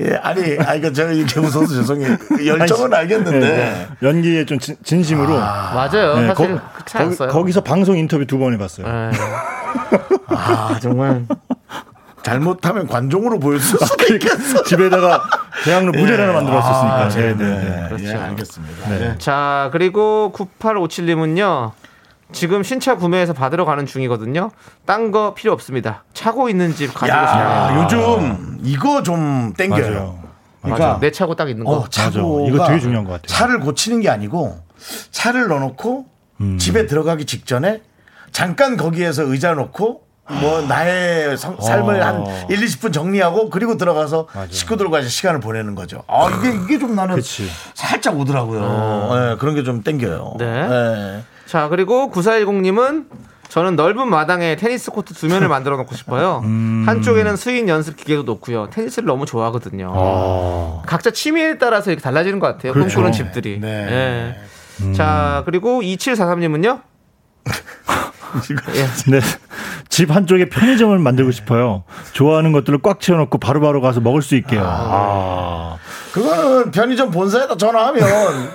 Speaker 1: 예, 아니, 아니, 그 제가 이렇게 웃어서 죄송해요. 그 열정은 알겠는데.
Speaker 3: 네. 연기에 좀 진, 심으로
Speaker 2: 맞아요. 사실 그렇지 않았어요.
Speaker 3: 네, 거기, 서 방송 인터뷰 두 번 해봤어요.
Speaker 2: 예. 아 정말
Speaker 1: 잘못하면 관종으로 보일
Speaker 3: 아,
Speaker 1: 수도
Speaker 3: 그러니까.
Speaker 1: 있겠어.
Speaker 3: <laughs> 집에다가 대학로 무대를 하나 만들었었으니까.
Speaker 1: 아, 네,
Speaker 3: 네, 네, 네.
Speaker 1: 네. 예,
Speaker 2: 그렇죠.
Speaker 1: 알겠습니다.
Speaker 3: 네.
Speaker 2: 자 그리고 9857님은요 지금 신차 구매해서 받으러 가는 중이거든요 딴 거 필요 없습니다 차고 있는 집 가지고
Speaker 1: 야,
Speaker 2: 싶어요
Speaker 1: 요즘 이거 좀 땡겨요.
Speaker 3: 맞아요.
Speaker 2: 맞아 내 차고 딱 있는 거
Speaker 1: 그러니까. 어, 차고.
Speaker 3: 맞아. 이거 되게 중요한 것 같아요.
Speaker 1: 차를 고치는 게 아니고 차를 넣어놓고
Speaker 3: 음.
Speaker 1: 집에 들어가기 직전에 잠깐 거기에서 의자 놓고
Speaker 3: 아.
Speaker 1: 뭐 나의 성- 삶을
Speaker 3: 어.
Speaker 1: 한 1, 20분 정리하고 그리고 들어가서 식구들과 이제 시간을 보내는 거죠. 아, 이게 이게 좀 나는
Speaker 3: 그치. 어.
Speaker 1: 살짝 오더라고요. 예, 그런 게 좀 땡겨요.
Speaker 2: 네.
Speaker 1: 예.
Speaker 2: 자 그리고 9410님은 저는 넓은 마당에 테니스 코트
Speaker 1: <laughs>
Speaker 2: 두 면을 만들어 놓고 싶어요.
Speaker 1: 음.
Speaker 2: 한쪽에는 스윙 연습 기계도 놓고요. 테니스를 너무 좋아하거든요. 각자 취미에 따라서 이렇게 달라지는 것 같아요. 꿈꾸는 집들이.
Speaker 1: 그렇죠. 네.
Speaker 2: 예. 자 그리고 2743님은요.
Speaker 3: 네. 집 한쪽에 편의점을 만들고 싶어요. 좋아하는 것들을 꽉 채워놓고 바로바로 가서 먹을 수 있게요. 아.
Speaker 1: 그거는 편의점 본사에다 전화하면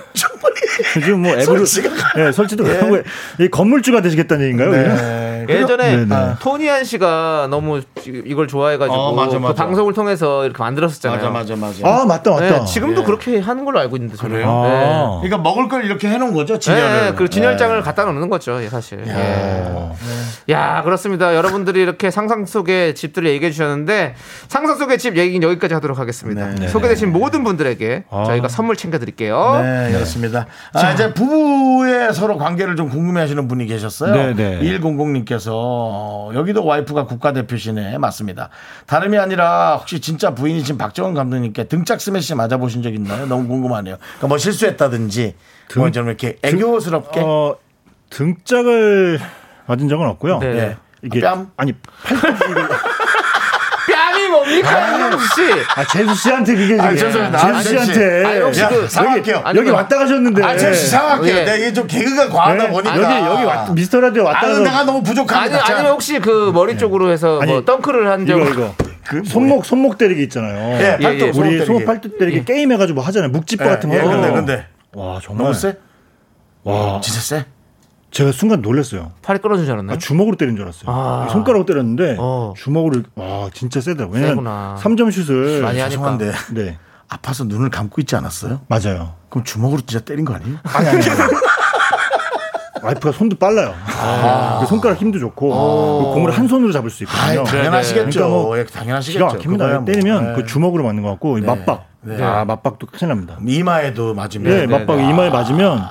Speaker 1: <laughs>
Speaker 3: <laughs>
Speaker 1: 충분히
Speaker 3: 요즘 뭐 앱으로.
Speaker 1: 솔직한-
Speaker 3: 예, 설치도 그렇고. 이 건물주가 되시겠다는 얘기인가요? 그냥?
Speaker 1: 네.
Speaker 2: 예전에
Speaker 3: 네네.
Speaker 2: 아, 토니한 씨가 너무 이걸 좋아해가지고
Speaker 1: 어, 맞아, 맞아.
Speaker 2: 그 방송을 통해서 이렇게 만들었었잖아요.
Speaker 1: 맞아 맞아 맞아.
Speaker 3: 아, 맞다, 맞다.
Speaker 2: 예, 지금도 그렇게 하는 걸로 알고 있는데 저는.
Speaker 1: 그래요?
Speaker 2: 예.
Speaker 3: 아.
Speaker 1: 그러니까 먹을 걸 이렇게 해놓은 거죠 진열을.
Speaker 2: 예, 그 진열장을 갖다 놓는 거죠, 예, 사실.
Speaker 3: 네.
Speaker 2: 예. 야, 그렇습니다. 여러분들이 이렇게 상상 속의 집들을 얘기해 주셨는데 상상 속의 집 얘기는 여기까지 하도록 하겠습니다.
Speaker 3: 네.
Speaker 2: 소개되신 모든 분들에게
Speaker 1: 아.
Speaker 2: 저희가 선물 챙겨 드릴게요.
Speaker 1: 네, 그렇습니다. 아, 이제 부부의 서로 관계를 좀 궁금해 하시는 분이 계셨어요.
Speaker 3: 네, 네.
Speaker 1: 2100님께서 어, 여기도 와이프가 국가대표시네. 맞습니다. 다름이 아니라 혹시 진짜 부인이신 박정은 감독님께 등짝 스매시 맞아보신 적 있나요? 너무 궁금하네요. 그러니까 뭐 실수했다든지 뭐 좀 이렇게 애교스럽게
Speaker 3: 어, 등짝을 맞은 적은 없고요.
Speaker 2: 네.
Speaker 1: 예.
Speaker 3: 이게
Speaker 1: 뺨?
Speaker 3: 아니
Speaker 2: 뺨이 뭡니까, 윤정수 씨?
Speaker 3: 아 제수 씨한테 그게
Speaker 1: 아,
Speaker 3: 지금-
Speaker 1: 죄송합니다. 아,
Speaker 3: 제수 씨한테
Speaker 2: 아니, 혹시
Speaker 1: 야,
Speaker 2: 그-
Speaker 1: 사과할게요.
Speaker 2: 아니,
Speaker 3: 여기
Speaker 2: 아니구나.
Speaker 3: 왔다 가셨는데
Speaker 1: 아, 제가 이상할게요.
Speaker 2: 예.
Speaker 1: 내가 이게 좀 개그가 과하다
Speaker 3: 네,
Speaker 1: 보니까.
Speaker 3: 여기 여기 왔, 미스터 라디오 왔다
Speaker 1: 아,
Speaker 3: 가서
Speaker 1: 내가 너무 부족합니다.
Speaker 2: 아니, 아니면 혹시 그 머리 쪽으로 해서
Speaker 3: 네. 아니,
Speaker 2: 뭐 덩크를 한 적.
Speaker 3: 이거 이거 손목 손목 때리기 있잖아요.
Speaker 1: 그 예, 팔뚝
Speaker 2: 예, 예.
Speaker 1: 손목
Speaker 3: 우리
Speaker 1: 때리기.
Speaker 3: 손목 팔뚝 때리기 게임 해가지고 뭐 하잖아요. 묵지빠
Speaker 1: 예,
Speaker 3: 같은 거.
Speaker 1: 예, 근데
Speaker 3: 하잖아요.
Speaker 1: 근데
Speaker 3: 와 정말
Speaker 1: 너무 세?
Speaker 3: 와
Speaker 1: 진짜 세?
Speaker 3: 제가 순간 놀랐어요.
Speaker 2: 팔이 끊어진 줄 알았나요?
Speaker 3: 아, 주먹으로 때린 줄 알았어요.
Speaker 2: 아.
Speaker 3: 손가락으로 때렸는데
Speaker 2: 어.
Speaker 3: 주먹으로 와 진짜 세다.
Speaker 2: 세구나.
Speaker 3: 왜냐면 3점 슛을
Speaker 2: 많이 하니까.
Speaker 1: 죄송한데
Speaker 3: 네
Speaker 1: 아파서 눈을 감고 있지 않았어요?
Speaker 3: 맞아요.
Speaker 1: 그럼 주먹으로 진짜 때린 거 아니에요?
Speaker 3: 아니, 아니, 아니. 와이프가 손도 빨라요. 그 손가락 힘도 좋고 그 공을 한 손으로 잡을 수 있거든요.
Speaker 1: 아. 아이, 당연하시겠죠.
Speaker 3: 그러니까 뭐
Speaker 1: 예, 당연하시겠죠.
Speaker 3: 기가 막힙니다.
Speaker 1: 그거야 뭐.
Speaker 3: 때리면
Speaker 1: 예.
Speaker 3: 그 주먹으로 맞는 것 같고 이 맞박.
Speaker 1: 네.
Speaker 3: 아 맞박도 큰일 납니다.
Speaker 1: 이마에도 맞으면
Speaker 3: 예, 맞박
Speaker 2: 네.
Speaker 1: 아.
Speaker 3: 이마에 맞으면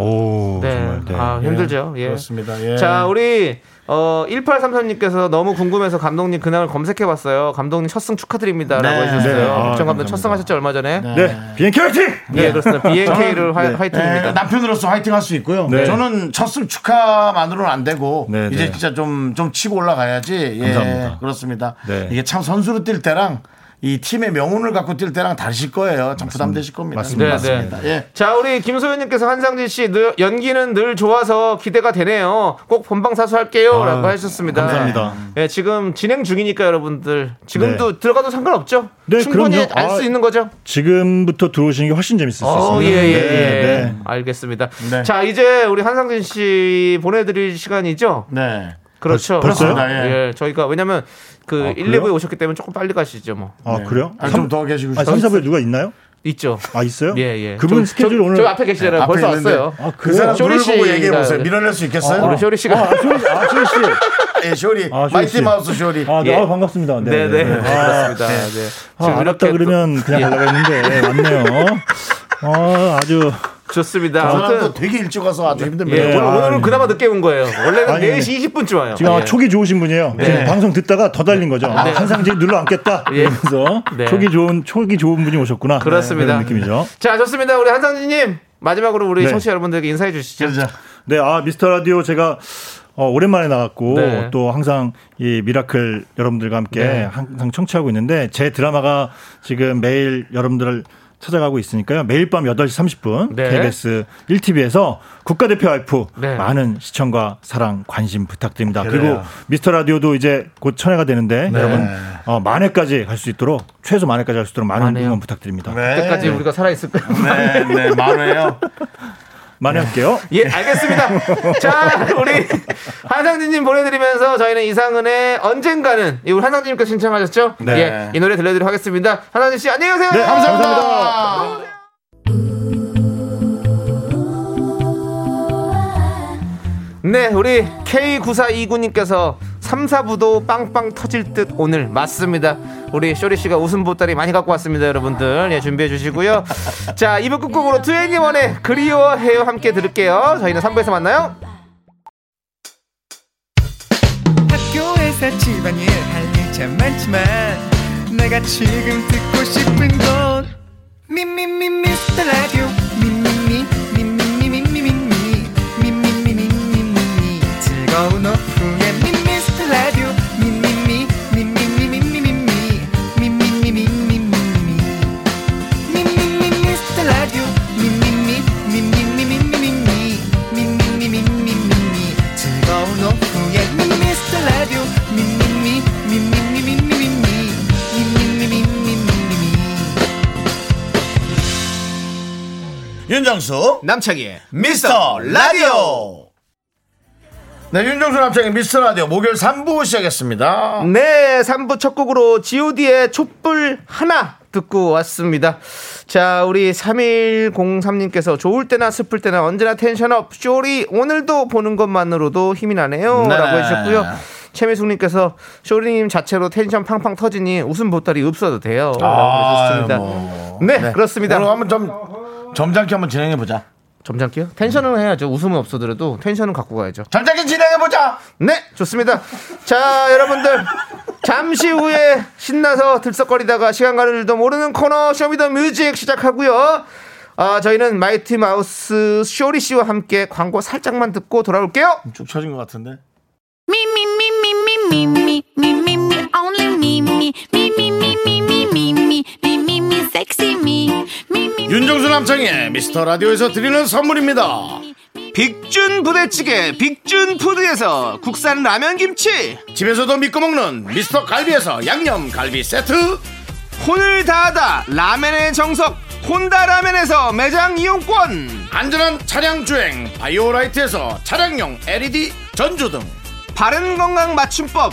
Speaker 3: 오
Speaker 2: 네.
Speaker 3: 정말 네.
Speaker 2: 아, 힘들죠. 예.
Speaker 1: 그렇습니다. 예.
Speaker 2: 자, 우리 어 1833님께서 너무 궁금해서 감독님 근황을 검색해 봤어요. 감독님 첫승 축하드립니다라고
Speaker 1: 네.
Speaker 2: 해 주셨어요.
Speaker 3: 네. 아,
Speaker 2: 박정 감독님
Speaker 3: 감사합니다.
Speaker 2: 첫승 하셨죠 얼마 전에?
Speaker 3: 네. 비행기 화이팅!
Speaker 2: 예,
Speaker 3: <laughs>
Speaker 2: 그렇습니다. BNK를
Speaker 3: 네.
Speaker 1: 예,
Speaker 2: 화이트입니다.
Speaker 1: 남편으로서 화이팅 할 수 있고요.
Speaker 3: 네.
Speaker 1: 저는 첫승 축하만으로는 안 되고
Speaker 3: 네,
Speaker 1: 이제
Speaker 3: 네.
Speaker 1: 진짜 좀 좀 치고 올라가야지. 예,
Speaker 3: 감사합니다.
Speaker 1: 그렇습니다.
Speaker 3: 네.
Speaker 1: 이게 참 선수로 뛸 때랑 이 팀의 명운을 갖고 뛸 때랑 다르실 거예요. 참 부담되실 겁니다.
Speaker 3: 맞습니다.
Speaker 1: 맞습니다. 예.
Speaker 2: 자, 우리 김소연님께서 한상진 씨 늘- 연기는 늘 좋아서 기대가 되네요. 꼭 본방 사수할게요라고 하셨습니다.
Speaker 3: 아, 감사합니다.
Speaker 2: 예, 지금 진행 중이니까 여러분들 지금도 들어가도 상관없죠.
Speaker 3: 네,
Speaker 2: 충분히
Speaker 3: 그럼요.
Speaker 2: 알 수
Speaker 3: 아,
Speaker 2: 있는 거죠.
Speaker 3: 지금부터 들어오시는 게 훨씬 재밌을 수
Speaker 2: 어,
Speaker 3: 있습니다.
Speaker 2: 예, 예, 예.
Speaker 3: 네, 네.
Speaker 2: 알겠습니다.
Speaker 1: 네.
Speaker 2: 자, 이제 우리 한상진 씨 보내드릴 시간이죠?
Speaker 1: 네.
Speaker 2: 그렇죠.
Speaker 3: 벌- 벌써요?
Speaker 1: 그렇습니다, 예.
Speaker 2: 예. 저희가 왜냐면 그 1, 2부에 오셨기 때문에 조금 빨리 가시죠, 뭐.
Speaker 3: 아 그래요?
Speaker 1: 아, 좀더 계시고
Speaker 3: 아,
Speaker 1: 싶어요.
Speaker 3: 3, 4부에 누가 있나요?
Speaker 2: 있죠.
Speaker 3: 아 있어요?
Speaker 2: 예, 예.
Speaker 3: 그분
Speaker 2: 저-
Speaker 3: 스케줄
Speaker 2: 저-
Speaker 3: 오늘
Speaker 2: 저기 앞에 계시잖아요.
Speaker 1: 앞에
Speaker 2: 벌써
Speaker 1: 있는데.
Speaker 2: 왔어요.
Speaker 3: 아,
Speaker 1: 그
Speaker 3: 그래요?
Speaker 1: 사람
Speaker 2: 쇼리
Speaker 1: 눈을 보고
Speaker 2: 씨가-
Speaker 1: 얘기해 보세요. 밀어낼 수 있겠어요?
Speaker 2: 우리 쇼리 씨가.
Speaker 3: 아, 쇼리, 아, 쇼리 씨.
Speaker 1: 예, 쇼리.
Speaker 3: 아, 쇼리
Speaker 1: 마이티
Speaker 3: 씨.
Speaker 1: 마우스 쇼리.
Speaker 3: 아, 네,
Speaker 2: 예.
Speaker 3: 아, 반갑습니다.
Speaker 2: <laughs> 네, 네. 그렇습니다. 네.
Speaker 3: 아,
Speaker 2: 지금
Speaker 3: 안
Speaker 2: 이렇게
Speaker 3: 왔다
Speaker 2: 또- 예.
Speaker 3: 그러면 그냥 가려고 했는데 왔네요. 어, 아주
Speaker 2: 좋습니다.
Speaker 1: 저 사람도
Speaker 2: 아무튼.
Speaker 1: 되게 일찍 와서 아주 힘듭니다.
Speaker 2: 예, 오늘,
Speaker 3: 아,
Speaker 2: 오늘은
Speaker 3: 예.
Speaker 2: 그나마 늦게 온 거예요. 원래는
Speaker 3: 아니,
Speaker 2: 4시 20분쯤 와요.
Speaker 3: 지금 아마
Speaker 2: 예.
Speaker 3: 촉이 좋으신 분이에요. 지금 방송 듣다가 더 달린 거죠. 아,
Speaker 2: 네.
Speaker 3: 한상지 눌러 앉겠다.
Speaker 2: 예.
Speaker 3: 이러면서
Speaker 2: 네.
Speaker 3: 촉이 좋은 촉이 좋은 분이 오셨구나. 네,
Speaker 2: 그렇습니다.
Speaker 3: 그런 느낌이죠.
Speaker 2: 자, 좋습니다. 우리 한상진님. 마지막으로 우리
Speaker 3: 네.
Speaker 2: 청취자 여러분들에게 인사해 주시죠.
Speaker 1: 그러자.
Speaker 3: 네, 아 미스터 라디오 제가 어, 오랜만에 나왔고
Speaker 2: 네.
Speaker 3: 또 항상 이 미라클 여러분들과 함께
Speaker 2: 네.
Speaker 3: 항상 청취하고 있는데 제 드라마가 지금 매일 여러분들을 찾아가고 있으니까요. 매일 밤 8시 30분
Speaker 2: 네.
Speaker 3: KBS 1TV에서 국가대표 와이프
Speaker 2: 네.
Speaker 3: 많은 시청과 사랑 관심 부탁드립니다. 그리
Speaker 1: 그래요.
Speaker 3: 고 미스터 라디오도 이제 곧 천회가 되는데
Speaker 1: 네.
Speaker 3: 여러분 어, 만회까지 갈 수 있도록 최소 만회까지 할 수 있도록 많은
Speaker 2: 만회요? 네.
Speaker 3: 응원 부탁드립니다.
Speaker 2: 그때까지 우리가 살아있을까요?
Speaker 1: 네, 네, 만회요.
Speaker 2: <laughs>
Speaker 3: 만회할게요.
Speaker 2: 예, 알겠습니다. 자, 우리 한상진님 보내드리면서 저희는 이상은의 언젠가는 이 우리 한상진님께 서 신청하셨죠?
Speaker 1: 네.
Speaker 2: 예, 이 노래 들려드리도록 하겠습니다. 한상진 씨, 안녕히 계세요.
Speaker 3: 네, 감사합니다.
Speaker 2: 네, 우리 K9429님께서 3, 4부도 빵빵 터질 듯 오늘 맞습니다. 우리 쇼리 씨가 웃음 보따리 많이 갖고 왔습니다, 여러분들. 예, 준비해 주시고요. 자, 2부 끝곡으로 2NE1의 그리워해요 함께 들을게요. 저희는 3부에서 만나요.
Speaker 5: 학교에서 집안일 할 일 참 많지만 내가 지금 듣고 싶은 건 미미미 미스터 라디오 미미미 미미미 미미미 미미미 미미미 즐거운 오후에 미스터 라디오 미미미 미미미 미미미 미미미 미미미
Speaker 1: 윤정수
Speaker 2: 남창희의
Speaker 1: 미스터 라디오. 네, 윤정수 남창의 미스터 라디오 목요일 3부 시작했습니다.
Speaker 2: 네, 3부 첫 곡으로 GOD의 촛불 하나 듣고 왔습니다. 자, 우리 3103님께서 좋을 때나 슬플 때나 언제나 텐션업, 쇼리 오늘도 보는 것만으로도 힘이 나네요.
Speaker 1: 네.
Speaker 2: 라고 해주셨고요. 최미숙님께서 쇼리님 자체로 텐션 팡팡 터지니 웃음 보따리 없어도 돼요. 라고 해주셨습니다.
Speaker 1: 아, 뭐.
Speaker 2: 네, 그렇습니다.
Speaker 1: 오늘 한번 좀 점잖게 한번 진행해 보자.
Speaker 2: 점잖게요? 텐션은 해야죠. 웃음은 없어도 텐션은 갖고 가야죠.
Speaker 1: 점잖게 진행해 보자.
Speaker 2: 네, 좋습니다. 자, 여러분들. 잠시 후에 신나서 들썩거리다가 시간 가는 줄도 모르는 코너 쇼미더 뮤직 시작하고요. 아, 저희는 마이티 마우스 쇼리 씨와 함께 광고 살짝만 듣고 돌아올게요.
Speaker 1: 쭉 쳐진 것 같은데.
Speaker 6: Me, me, me, me, me, me, me, me, me, me, only me, me, me, me, me, me, me, me, me, me, me, me, sexy me, me, me,
Speaker 1: 윤정수 남창의 미스터 라디오에서 드리는 선물입니다.
Speaker 2: 빅준 부대찌개, 빅준 푸드에서 국산 라면 김치,
Speaker 1: 집에서도 믿고 먹는 미스터 갈비에서 양념 갈비 세트.
Speaker 2: 혼을 다하다 라면의 정석, 혼다 라면에서 매장 이용권,
Speaker 1: 안전한 차량 주행 바이오라이트에서 차량용 LED 전조등.
Speaker 2: 바른 건강 맞춤법,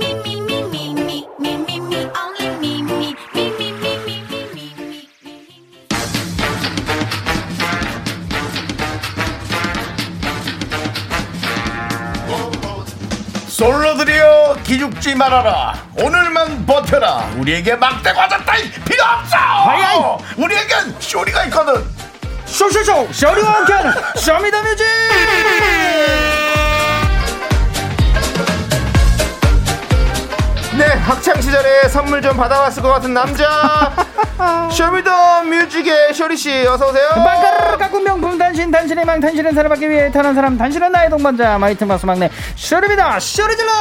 Speaker 6: me, me, me, me, me, me, me, me, only me, me, me, me, me, me, me, me, me, me.
Speaker 1: 솔로들이여 기죽지 말아라 오늘만 버텨라 우리에게 막대 과자 따위 필요 없어 우리에겐 쇼리가 있거든
Speaker 2: 쇼쇼쇼 쇼리와
Speaker 7: <laughs>
Speaker 2: 함께하는 쇼미더뮤직 네 학창시절에 선물 좀 받아왔을 것 같은
Speaker 7: <laughs>
Speaker 2: 남자 쇼미더뮤직의 쇼리씨 어서오세요
Speaker 7: 빵가르르 가꾼 명품 단신 단신의 망 단신은 사랑받기 위해 태어난 사람 단신은 나의 동반자 마이트 마스 막내 쇼리입니다 쇼리질러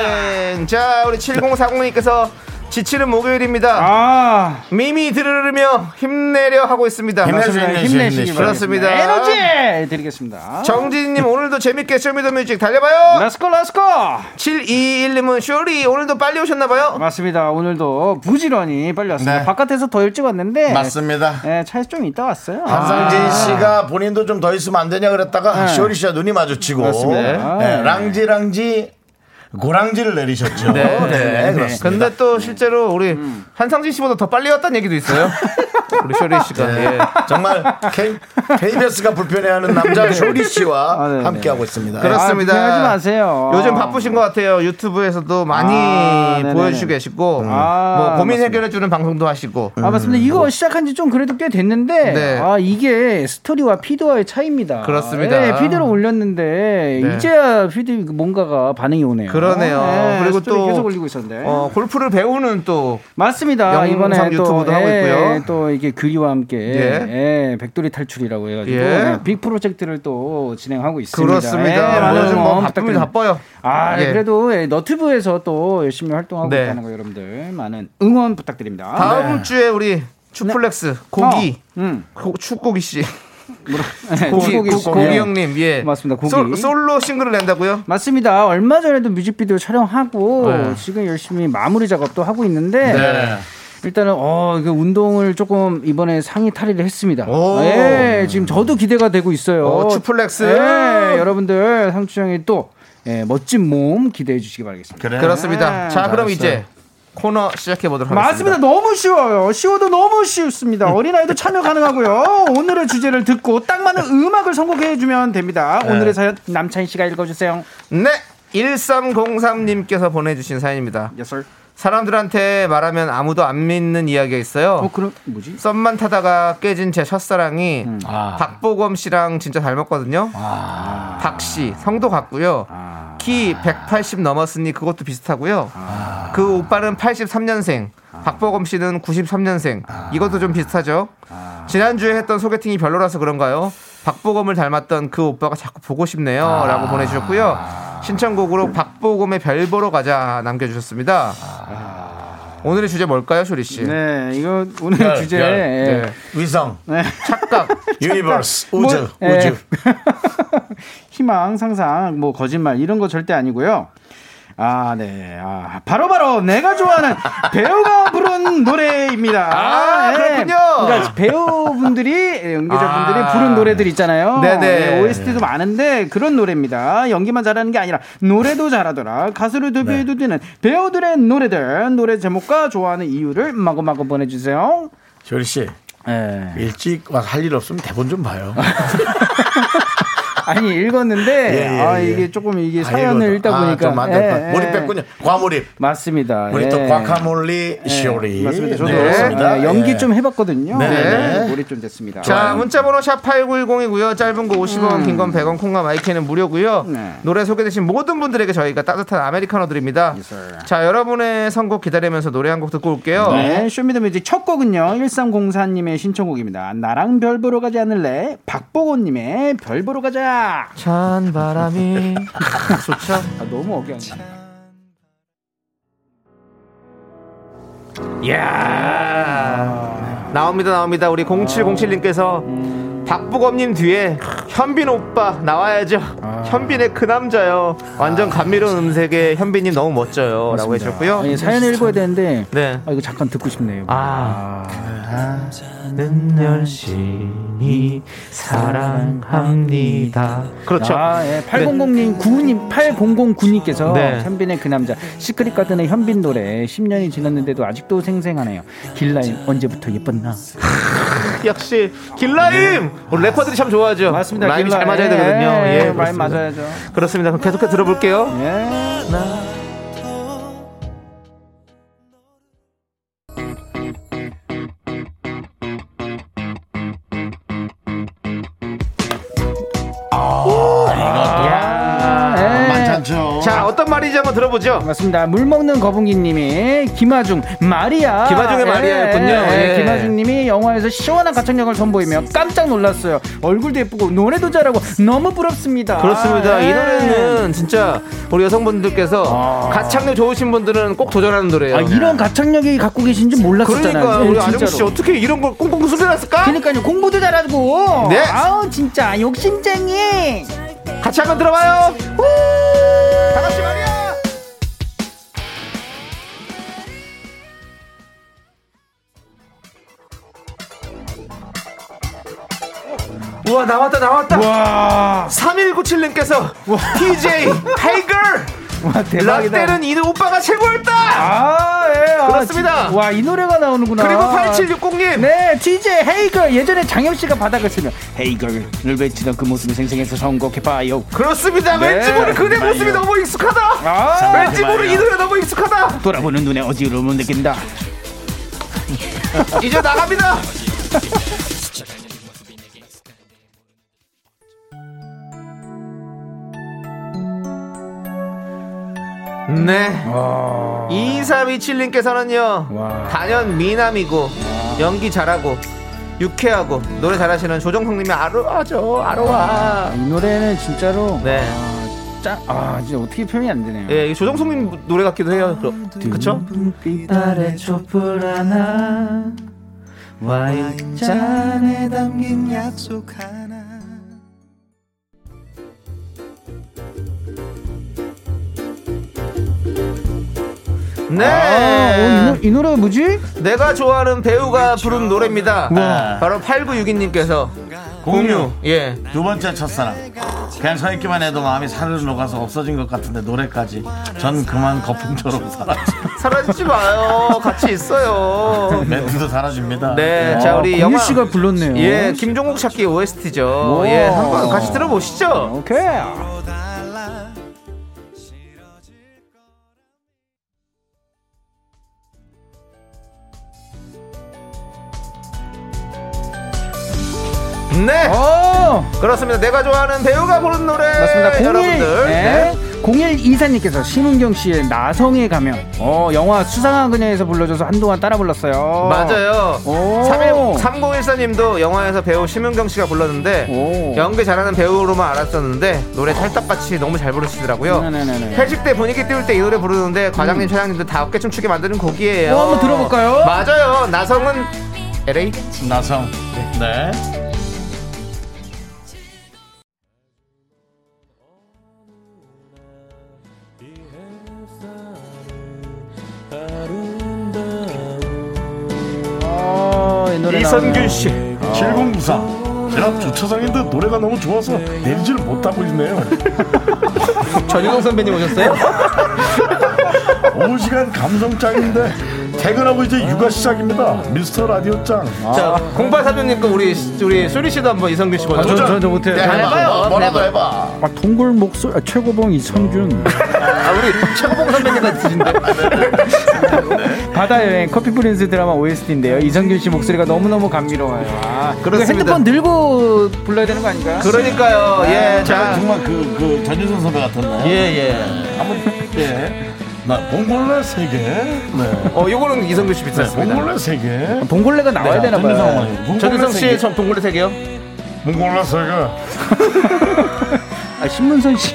Speaker 2: 네, 자 우리 7040님께서 지치는 목요일입니다
Speaker 7: 아
Speaker 2: 미미 들으며 힘내려 하고 있습니다
Speaker 7: 힘내시기
Speaker 1: 힘내시기 바랍니다.
Speaker 7: 바랍니다
Speaker 2: 그렇습니다
Speaker 7: 네, 에너지 드리겠습니다
Speaker 2: 정진님 오늘도 재밌게 쇼미더뮤직 달려봐요
Speaker 7: 렛츠고 렛츠고
Speaker 2: 7221님은 쇼리 오늘도 빨리 오셨나봐요
Speaker 7: 맞습니다 오늘도 부지런히 빨리 왔습니다
Speaker 1: 네.
Speaker 7: 바깥에서 더 일찍 왔는데
Speaker 1: 맞습니다
Speaker 7: 네, 차에 좀 있다 왔어요
Speaker 2: 아.
Speaker 1: 한상진 씨가 본인도
Speaker 2: 네.
Speaker 1: 좀 더 있으면 안 되냐 그랬다가 쇼리 씨와 눈이 마주치고
Speaker 7: 그렇습니다.
Speaker 1: 네, 랑지랑지 고랑지를 내리셨죠.
Speaker 2: 네,
Speaker 7: 어,
Speaker 2: 네, 네.
Speaker 1: 그렇습니다.
Speaker 2: 근데 또 실제로 우리
Speaker 7: 음.
Speaker 2: 한상진 씨보다 더 빨리 왔다는 얘기도
Speaker 7: <laughs>
Speaker 2: 있어요. 우리 쇼리 씨가.
Speaker 7: 네.
Speaker 2: 예.
Speaker 1: 정말 K, KBS가 불편해하는 남자 쇼리 씨와
Speaker 7: 아, 네, 네.
Speaker 1: 함께하고 있습니다.
Speaker 2: 그렇습니다.
Speaker 7: 아, 불편하지 마세요.
Speaker 2: 요즘 바쁘신 것 같아요. 유튜브에서도 많이
Speaker 7: 아, 네네네.
Speaker 2: 보여주시고 계시고,
Speaker 7: 아,
Speaker 2: 뭐 고민
Speaker 7: 맞습니다.
Speaker 2: 해결해주는 방송도 하시고.
Speaker 7: 아 맞습니다. 이거 시작한 지 좀 그래도 꽤 됐는데
Speaker 2: 네.
Speaker 7: 아 이게 스토리와 피드와의 차이입니다.
Speaker 2: 그렇습니다. 음.
Speaker 7: 예, 피드로 올렸는데
Speaker 2: 네.
Speaker 7: 이제야 피드 뭔가가 반응이 오네요.
Speaker 2: 그러네요. 그리고
Speaker 7: 스토리
Speaker 2: 또-
Speaker 7: 계속 올리고 있었는데.
Speaker 2: 어, 골프를 배우는 또
Speaker 7: 예. 맞습니다.
Speaker 2: 영상
Speaker 7: 이번에 또, 예,
Speaker 2: 유튜브도 하고 있고요.
Speaker 7: 또 이게 규리와 함께
Speaker 2: 예.
Speaker 7: 예, 백돌이 탈출이라고 해가지고
Speaker 2: 예.
Speaker 7: 네, 빅 프로젝트를 또 진행하고 있습니다. 예,
Speaker 2: 그렇습니다.
Speaker 7: 많은
Speaker 2: 요즘
Speaker 7: 응원
Speaker 2: 뭐 바쁘면
Speaker 7: 부탁드립니다.
Speaker 2: 바빠요.
Speaker 7: 아
Speaker 2: 예.
Speaker 7: 그래도 예, 너튜브에서 또 열심히 활동하고
Speaker 2: 네.
Speaker 7: 있다는 거 여러분들 많은 응원 부탁드립니다.
Speaker 2: 다음 주에 우리 추플렉스 고기
Speaker 7: 네. 어,
Speaker 2: <laughs>
Speaker 7: 음.
Speaker 2: 고- 축고기 씨
Speaker 7: 네,
Speaker 2: 고기
Speaker 7: 축복이
Speaker 2: 고기,
Speaker 7: 있고.
Speaker 2: 고기
Speaker 7: 예.
Speaker 2: 형님 예
Speaker 7: 맞습니다, 고기.
Speaker 2: 솔, 솔로 싱글을 낸다고요?
Speaker 7: 맞습니다. 얼마 전에도 뮤직비디오 촬영하고
Speaker 2: 네.
Speaker 7: 지금 열심히 마무리 작업도 하고 있는데
Speaker 1: 네.
Speaker 7: 일단은 어 이거 운동을 조금 이번에 상의 탈의를 했습니다.
Speaker 2: 오.
Speaker 7: 예, 지금 저도 기대가 되고 있어요.
Speaker 2: 어, 추플렉스.
Speaker 7: 예, 여러분들 상추형이 또 예, 멋진 몸 기대해 주시기 바라겠습니다.
Speaker 1: 그래.
Speaker 2: 그렇습니다. 자 그럼
Speaker 1: 알았어요.
Speaker 2: 이제 코너 시작해 보도록
Speaker 7: 네. 맞습니다. 음.
Speaker 2: 하겠습니다.
Speaker 7: 너무 쉬워요. 쉬워도 너무 쉽습니다. 어린아이도 참여 가능하고요. 오늘의 주제를 듣고 딱 맞는 음악을 선곡해 주면 됩니다. 오늘의 사연 남찬 씨가 읽어주세요.
Speaker 2: 네 1303님께서 보내주신 사연입니다.
Speaker 7: 예설.
Speaker 2: 사람들한테 말하면 아무도 안 믿는 이야기가 있어요.
Speaker 7: 어 그럼 뭐지?
Speaker 2: 썸만 타다가 깨진 제 첫사랑이
Speaker 1: 아.
Speaker 2: 박보검 씨랑 진짜 닮았거든요. 박 씨 성도 같고요. 키 180 넘었으니 그것도 비슷하고요. 그 오빠는 83년생, 박보검 씨는 93년생. 이것도 좀 비슷하죠. 지난주에 했던 소개팅이 별로라서 그런가요? 박보검을 닮았던 그 오빠가 자꾸 보고 싶네요라고 보내주셨고요. 신청곡으로 박보검의 별 보러 가자 남겨주셨습니다. 오늘의 주제 뭘까요, 쇼리 씨?
Speaker 7: 네, 이거 오늘
Speaker 1: 열,
Speaker 7: 주제
Speaker 1: 열.
Speaker 7: 예.
Speaker 2: 네. 그러니까
Speaker 1: 위성,
Speaker 2: 착각.
Speaker 1: 유니버스,
Speaker 7: 뭐,
Speaker 1: 우주,
Speaker 7: 예.
Speaker 1: 우주.
Speaker 7: <laughs> 희망, 상상, 뭐 거짓말 이런 거 절대 아니고요. 아, 네. 아, 바로바로 내가
Speaker 2: <laughs>
Speaker 7: 좋아하는 배우가 부른 노래입니다.
Speaker 2: 아,
Speaker 7: 예.
Speaker 2: 그렇군요.
Speaker 7: 그러니까 배우분들이 예, 연기자분들이
Speaker 2: 아.
Speaker 7: 부른 노래들 있잖아요.
Speaker 2: 네네.
Speaker 7: 예, OST도 많은데 그런 노래입니다. 연기만 잘하는 게 아니라 노래도 잘하더라. 가수를 데뷔해도 되는
Speaker 2: 네.
Speaker 7: 배우들의 노래들, 노래 제목과 좋아하는 이유를 마구마구 보내 주세요.
Speaker 1: 쇼리 씨,
Speaker 7: 예.
Speaker 1: 일찍 와서 할 일 없으면 대본 좀 봐요.
Speaker 7: <laughs> 아니 읽었는데
Speaker 1: 예, 예,
Speaker 7: 아
Speaker 1: 예.
Speaker 7: 이게 조금 <laughs> 이게
Speaker 1: 아,
Speaker 7: 사연을
Speaker 1: 이거죠.
Speaker 7: 읽다
Speaker 1: 아,
Speaker 7: 보니까
Speaker 1: 좀 안,
Speaker 7: 예,
Speaker 1: 예,
Speaker 7: 예.
Speaker 1: 몰입했군요. 과몰입.
Speaker 7: 맞습니다.
Speaker 1: 우리
Speaker 7: 예.
Speaker 1: 또 과카몰리 쇼리.
Speaker 7: 네. 맞습니다. 저도
Speaker 1: 네, 그렇습니다.
Speaker 7: 예, 연기
Speaker 1: 예.
Speaker 7: 좀 해봤거든요.
Speaker 1: 네.
Speaker 7: 네. 몰입 좀 됐습니다.
Speaker 2: 자 문자번호 샵 8910이고요 짧은 거 50원 긴 건 100원 콩과 마이크는 무료고요
Speaker 7: 음. 네.
Speaker 2: 노래 소개되신 모든 분들에게 저희가 따뜻한 아메리카노 드립니다
Speaker 7: sir.
Speaker 2: 자 여러분의 선곡 기다리면서 노래 한 곡 듣고 올게요
Speaker 7: 네, 쇼미더뮤직 첫 곡은요 1304님의 신청곡입니다. 나랑 별 보러 가지 않을래? 박보고님의 별 보러 가자.
Speaker 2: 찬
Speaker 7: <laughs>
Speaker 2: 바람이 좋죠
Speaker 7: 아, 너무 억양이.
Speaker 2: 나옵니다 나옵니다 우리
Speaker 7: 어. 음.
Speaker 2: 0707님께서 박보검님 뒤에 현빈 오빠 나와야죠
Speaker 7: 아.
Speaker 2: 현빈의 그 남자요 완전 감미로운 음색에 현빈님 너무 멋져요 라고 해주셨고요
Speaker 7: 아니, 예. 사연을 읽어야 되는데
Speaker 2: 네.
Speaker 7: 아, 이거 잠깐 듣고 싶네요.
Speaker 2: 아, 는 열심히 사랑합니다. 그렇죠.
Speaker 7: 아, 예. 800님, 9님, 8009님께서
Speaker 2: 네.
Speaker 7: 현빈의 그 남자 시크릿 가든의 현빈 노래 10년이 지났는데도 아직도 생생하네요. 길라인 언제부터 예뻤나?
Speaker 2: 역시
Speaker 7: 네.
Speaker 2: 길라임 우리 래퍼들이 참 좋아하죠. 라임이 잘 맞아야 되거든요. 예,
Speaker 7: 예, 라임
Speaker 2: 그렇습니다.
Speaker 7: 맞아야죠.
Speaker 2: 그렇습니다. 그럼 계속해서 들어볼게요.
Speaker 7: 예. 아, 예.
Speaker 1: 만찬죠.
Speaker 2: 자, 어떤 말인지 한번 들어보죠.
Speaker 7: 맞습니다. 물 먹는 거북이님이 김아중 마리아
Speaker 2: 김아중의 마리아였군요. 예.
Speaker 7: 김아중님이 영화에서 시원한 가창력을 선보이며 깜짝 놀랐어요. 얼굴도 예쁘고 노래도 잘하고 너무 부럽습니다.
Speaker 2: 그렇습니다.
Speaker 7: 예.
Speaker 2: 이 노래는 진짜 우리 여성분들께서 가창력 좋으신 분들은 꼭 도전하는 노래예요.
Speaker 7: 아, 이런 가창력이 갖고 계신지 몰랐었잖아요.
Speaker 2: 그러니까
Speaker 7: 예,
Speaker 2: 우리
Speaker 7: 진짜로.
Speaker 2: 아정씨 어떻게 이런 걸 꽁꽁 숨겨놨을까?
Speaker 7: 그러니까요 공부도 잘하고
Speaker 2: 네.
Speaker 7: 아우 진짜 욕심쟁이
Speaker 2: 같이 한번 들어봐요. 다 같이 말이야. 우와
Speaker 7: <laughs>
Speaker 2: 나왔다 나왔다. 3197님께서 TJ 타이거
Speaker 7: 와, 대박이다.
Speaker 2: 라떼는 이 오빠가 최고였다.
Speaker 7: 아, 예. 아,
Speaker 2: 그렇습니다.
Speaker 7: 진- 와, 이 노래가 나오는구나.
Speaker 2: 그리고 8760님
Speaker 7: 네, TJ 헤이걸 예전에 장혁 씨가 바닥을 치며 헤이걸을 외치던 그 모습이 생생해서 선곡해봐요.
Speaker 2: 그렇습니다.
Speaker 7: 네.
Speaker 2: 왠지 모를 그대 모습이 너무 익숙하다.
Speaker 7: 아,
Speaker 2: 왠지 모를 이 노래 너무 익숙하다.
Speaker 7: 돌아보는 눈에 어지러움을 느낀다.
Speaker 2: 이제 나갑니다. <laughs> 네. 2327님께서는요, 단연 미남이고, 연기 잘하고, 유쾌하고, 노래 잘하시는 조정석님이 아로아죠, 아로아.
Speaker 7: 이 노래는 진짜로
Speaker 2: 네.
Speaker 7: 아, 짜, 아, 진짜 어떻게 표현이 안 되네요.
Speaker 2: 예, 이 조정석님 노래 같기도 해요. 그, 그쵸?
Speaker 7: 빛 아래 촛불 하나 와인잔에 담긴
Speaker 5: 약속 하나
Speaker 2: 네.
Speaker 7: 아, 어, 이, 노, 이 노래가 뭐지?
Speaker 2: 내가 좋아하는 배우가 부른 노래입니다.
Speaker 1: 우와.
Speaker 2: 바로 8962님께서 공유. 예.
Speaker 1: 두 번째 첫사랑 그냥 서 있기만 해도 마음이 살을 녹아서 없어진 것 같은데 노래까지 전 그만 거품처럼 사라져
Speaker 2: 사라지지 마요. 같이 있어요.
Speaker 1: 멘트도 사라집니다
Speaker 2: 네.
Speaker 1: 어,
Speaker 2: 자, 우리
Speaker 7: 아, 공유
Speaker 2: 영화.
Speaker 7: 씨가 불렀네요.
Speaker 2: 예, 김종국 찾기 OST죠.
Speaker 7: 우와.
Speaker 2: 예, 한번 같이 들어보시죠.
Speaker 7: 오케이.
Speaker 2: 네.
Speaker 7: 어.
Speaker 2: 그렇습니다. 내가 좋아하는 배우가 부른 노래.
Speaker 7: 맞습니다. 01,
Speaker 2: 여러분들.
Speaker 7: 네.
Speaker 2: 네.
Speaker 7: 01 이사님께서 심은경 씨의 나성에 가면 어 영화 수상한 그녀에서 불러줘서 한동안 따라 불렀어요.
Speaker 2: 맞아요.
Speaker 7: 오.
Speaker 2: 3014님도 영화에서 배우 심은경 씨가 불렀는데
Speaker 7: 오. 어.
Speaker 2: 연기 잘하는 배우로만 알았었는데 노래 찰떡같이 너무 잘 부르시더라고요.
Speaker 7: 네네네네.
Speaker 2: 회식 때 분위기 띄울 때 이 노래 부르는데 과장님, 차장님들 다 어깨춤 추게 만드는 곡이에요.
Speaker 7: 어, 음. 한번 들어볼까요?
Speaker 2: 맞아요. 나성은 LA.
Speaker 1: 나성 네
Speaker 7: 어, 이 노래 나오네요.
Speaker 2: 이선균 씨.
Speaker 1: 7094 제가 어. 주차장인데 노래가 너무 좋아서 내리지를 못하고 있네요
Speaker 2: 전유동 선배님 오셨어요?
Speaker 1: 오후 시간 감성짱인데 퇴근하고 이제 육아 시작입니다 미스터 라디오 짱
Speaker 2: 자, 0846님과 우리 우리 수리 씨도 한번 이선균 씨 먼저.
Speaker 7: 아, 저, 저 못해요.
Speaker 2: 네, 해봐요.
Speaker 1: 뭐라도
Speaker 2: 네,
Speaker 1: 해봐
Speaker 7: 아, 동굴 목소리 아, 최고봉 이성균
Speaker 2: 아, 우리 최고봉 선배님 같으신데. 아, 네,
Speaker 7: <laughs> 바다 여행 커피 프린스 드라마 OST인데요. 이성균 씨 목소리가 너무너무 감미로워요. 아, 이거
Speaker 2: 그렇습니다.
Speaker 7: 핸드폰 들고 불러야 되는 거 아닌가요? 네.
Speaker 2: 그러니까요.
Speaker 1: 제가
Speaker 2: 예, 자.
Speaker 1: 정말 그, 그 전유선 선배 같았나요?
Speaker 2: 예, 예.
Speaker 1: 한번 예. 나 봉골레 세개 네.
Speaker 2: 어, 요거는 이성균 씨
Speaker 7: 네.
Speaker 2: 비슷했습니다.
Speaker 1: 봉골레 세개
Speaker 7: 동굴레가
Speaker 2: 네,
Speaker 7: 나와야 되나 봐요.
Speaker 2: 전유성 씨의 전 동물의 세계요?
Speaker 1: 봉골레 세개
Speaker 7: 아, 신문선 씨.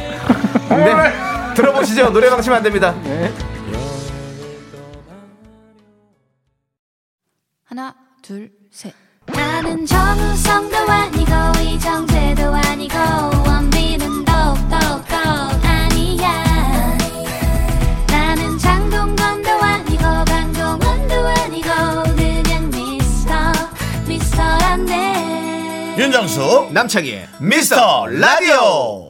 Speaker 2: 네. 들어보시죠. 노래 방치면 안 됩니다.
Speaker 6: 하나, 둘, 셋.
Speaker 4: 나는 정우성도 아니고 이정재도 아니고 원빈은 더욱더 아니야 나는 장동건도 아니고 강동원도 아니고 그냥 미스터 미스터란데
Speaker 1: 윤정수
Speaker 2: 남창희의
Speaker 1: 미스터 라디오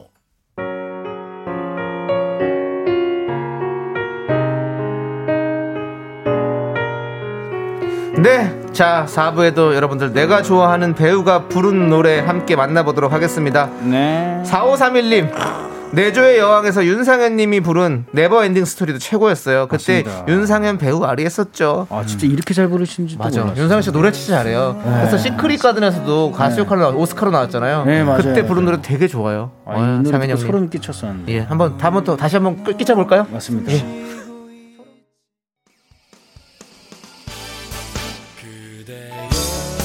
Speaker 2: 네. 자, 4부에도 여러분들 내가 좋아하는 배우가 부른 노래 함께 만나보도록 하겠습니다.
Speaker 7: 네.
Speaker 2: 4531님. 내조의 여왕에서 윤상현 님이 부른 네버엔딩 스토리도 최고였어요. 그때
Speaker 7: 맞습니다.
Speaker 2: 윤상현 배우 아리 했었죠.
Speaker 7: 아, 네. 진짜 이렇게 잘 부르시는지
Speaker 2: 맞아. 윤상현 씨 노래 진짜 잘해요. 그래서 시크릿 가든에서도 가수 역할로 나와- 오스카로 나왔잖아요.
Speaker 7: 네, 맞아요.
Speaker 2: 그때 부른 노래 되게 좋아요.
Speaker 7: 아,
Speaker 2: 어,
Speaker 7: 이 노래
Speaker 2: 상현이
Speaker 7: 듣고
Speaker 2: 형님.
Speaker 7: 소름 끼쳤었는데.
Speaker 2: 예, 한번 다음번 또 다시 한번 끼- 끼쳐 볼까요?
Speaker 7: 맞습니다.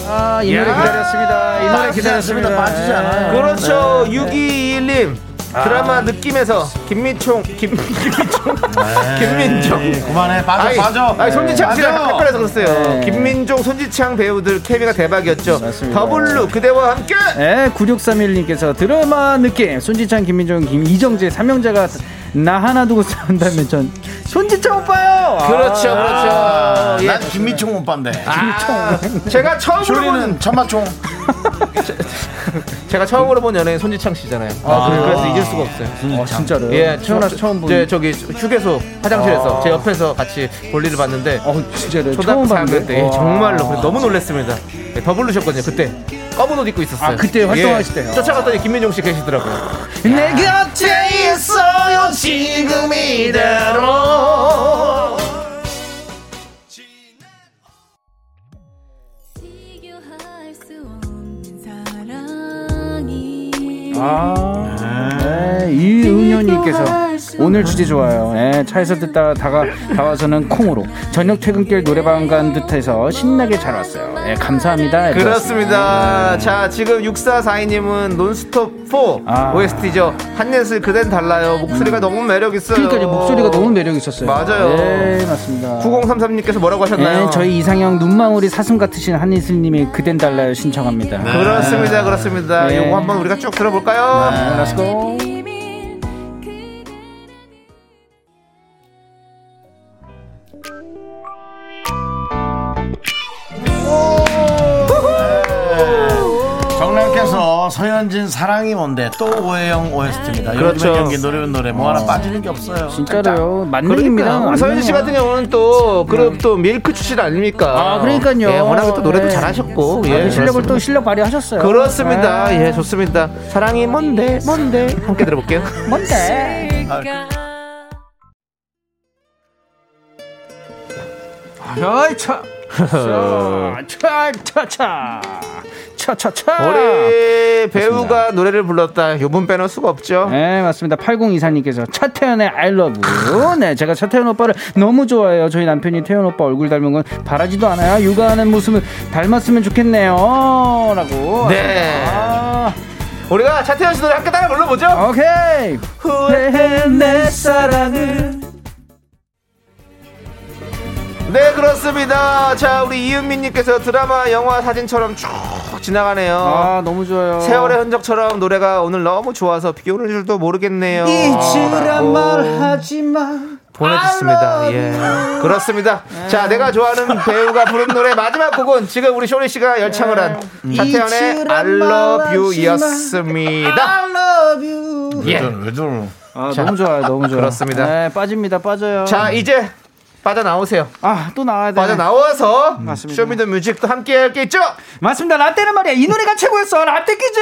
Speaker 7: 아, 이 노래 기다렸습니다. 이 노래 기다렸습니다.
Speaker 1: 빠지지 않아요.
Speaker 2: 그렇죠.
Speaker 7: 네.
Speaker 2: 6221님.
Speaker 7: 아.
Speaker 2: 드라마 느낌에서 김민총 <laughs> 김 김민총
Speaker 7: 네.
Speaker 2: 김민종
Speaker 1: 그만해 빠져
Speaker 2: 아이,
Speaker 1: 빠져
Speaker 2: 아이 손지창 씨랑
Speaker 1: 빠져.
Speaker 2: 헷갈려서 그랬어요.
Speaker 7: 네.
Speaker 2: 김민종 손지창 배우들 케미가 대박이었죠.
Speaker 7: 맞습니다.
Speaker 2: 더블루 그대와 함께.
Speaker 7: 네, 9631님께서 드라마 느낌 손지창, 김민종, 김이정재 삼명자가 나 하나 두고 싸운다면 전 손지창 오빠요. 아,
Speaker 2: 그렇죠, 그렇죠. 예.
Speaker 1: 난 김미총 오빠인데
Speaker 2: 아, 제가 처음으로 본
Speaker 1: 쇼리는 천마총
Speaker 2: 제가 처음으로 본 연예인 손지창 씨잖아요. 그래서 잊을 수가 없어요.
Speaker 8: 아, 진짜로요?
Speaker 2: 예, 태어나서
Speaker 8: 진짜-
Speaker 2: 처음 본. 제 저기 휴게소 화장실에서 제 옆에서 같이 볼일을 봤는데
Speaker 8: 어,
Speaker 7: 네,
Speaker 8: 진짜로
Speaker 2: 초등학교
Speaker 8: 처음
Speaker 2: 4학년 때
Speaker 8: 봤는데.
Speaker 2: 예,
Speaker 8: 와.
Speaker 2: 정말로 그래서 너무 놀랐습니다. 예, 더 부르셨거든요. 그때 검은 옷 입고 있었어요. 예.
Speaker 8: 아, 그때 활동하실 때요?
Speaker 2: 쫓아갔더니 김민종 씨 계시더라고요.
Speaker 8: 내 곁에 있어요 지금 이대로.
Speaker 4: 비교할 수 없는 사랑이
Speaker 7: 아, 네, 이은현님께서 오늘 주제 좋아요. 예, 차에서 듣다가 다가 다와서는 콩으로 저녁 퇴근길 노래방 간 듯해서 신나게 잘 왔어요. 예, 감사합니다. 네.
Speaker 2: 그렇습니다. 자, 지금 6442님은 논스톱 4
Speaker 7: 아.
Speaker 2: OST죠. 한예슬 그댄 달라요. 목소리가 너무 매력있어요.
Speaker 7: 그러니까 이제 목소리가 너무 매력 있었어요.
Speaker 2: 맞아요.
Speaker 7: 예, 맞습니다.
Speaker 2: 9033님께서 뭐라고 하셨나요?
Speaker 7: 예, 저희 이상형 눈망울이 사슴 같으신 한이슬님이 그댄 달라요 신청합니다.
Speaker 2: 네. 그렇습니다, 그렇습니다.
Speaker 7: 네.
Speaker 2: 이거 한번 우리가 쭉 들어볼까요?
Speaker 7: 렛츠고.
Speaker 4: 비밀 그대는
Speaker 1: 정남께서 서현진 사랑이 뭔데 또 오해영 OST입니다.
Speaker 2: 그렇죠.
Speaker 1: 요즘에 연기 노래는 노래 뭐 하나 빠지는 게 없어요.
Speaker 7: 진짜로요.
Speaker 2: 그러니까
Speaker 7: 만능입니다. 네.
Speaker 2: 우리 서현진 씨 같은 경우는 또 그룹 또 밀크 출신 아닙니까?
Speaker 7: 아, 그러니까요.
Speaker 2: 예, 워낙에 또 노래도
Speaker 7: 예.
Speaker 2: 잘하셨고 예,
Speaker 7: 예, 실력을
Speaker 2: 그렇습니다.
Speaker 7: 또 실력 발휘하셨어요.
Speaker 2: 그렇습니다.
Speaker 7: 예.
Speaker 2: 예, 좋습니다. 사랑이 뭔데 뭔데 함께
Speaker 7: <laughs>
Speaker 2: 들어볼게요.
Speaker 7: 뭔데? 아이 차. 차, 차, 차, 차, 차, 차.
Speaker 2: 우리 배우가 노래를 불렀다. 요분 빼놓을 수가 없죠.
Speaker 7: 네 맞습니다. 8024님께서 차태현의 I Love. You. 네 제가 차태현 오빠를 너무 좋아해요. 저희 남편이 태현 오빠 얼굴 닮은 건 바라지도 않아요. 육아하는 모습을 닮았으면 좋겠네요.라고.
Speaker 2: 네.
Speaker 7: 아,
Speaker 2: 우리가 차태현 씨 노래 함께 따라 불러보죠.
Speaker 7: 오케이. 후회해 내 사랑은.
Speaker 2: 네 그렇습니다. 자 우리 이은미님께서 드라마, 영화, 사진처럼 쭉 지나가네요.
Speaker 7: 아 너무 좋아요.
Speaker 2: 세월의 흔적처럼 노래가 오늘 너무 좋아서 비 오는 줄도 모르겠네요.
Speaker 7: 아,
Speaker 2: 라고
Speaker 7: 말하지만.
Speaker 2: 보내주셨습니다. 예. 그렇습니다.
Speaker 7: 네.
Speaker 2: 자, 내가 좋아하는 배우가 부른 노래 마지막 곡은 지금 우리 쇼리 씨가 열창을 한
Speaker 7: 네.
Speaker 2: 차태현의 I love you 였습니다.
Speaker 7: 아, love you.
Speaker 1: 왜
Speaker 2: 예.
Speaker 1: 저러- 왜 저러?
Speaker 7: 아 너무 좋아요, 너무 좋아요.
Speaker 2: 그렇습니다.
Speaker 7: 네, 빠집니다, 빠져요.
Speaker 2: 자, 이제 빠져나오세요.
Speaker 7: 아또 나와야 돼.
Speaker 2: 빠져나와서
Speaker 7: 네. 맞습니다.
Speaker 2: 쇼미더 뮤직도 함께 할 게 있죠?
Speaker 7: 맞습니다. 라떼는 말이야. 이 노래가 최고였어. 라떼 퀴즈!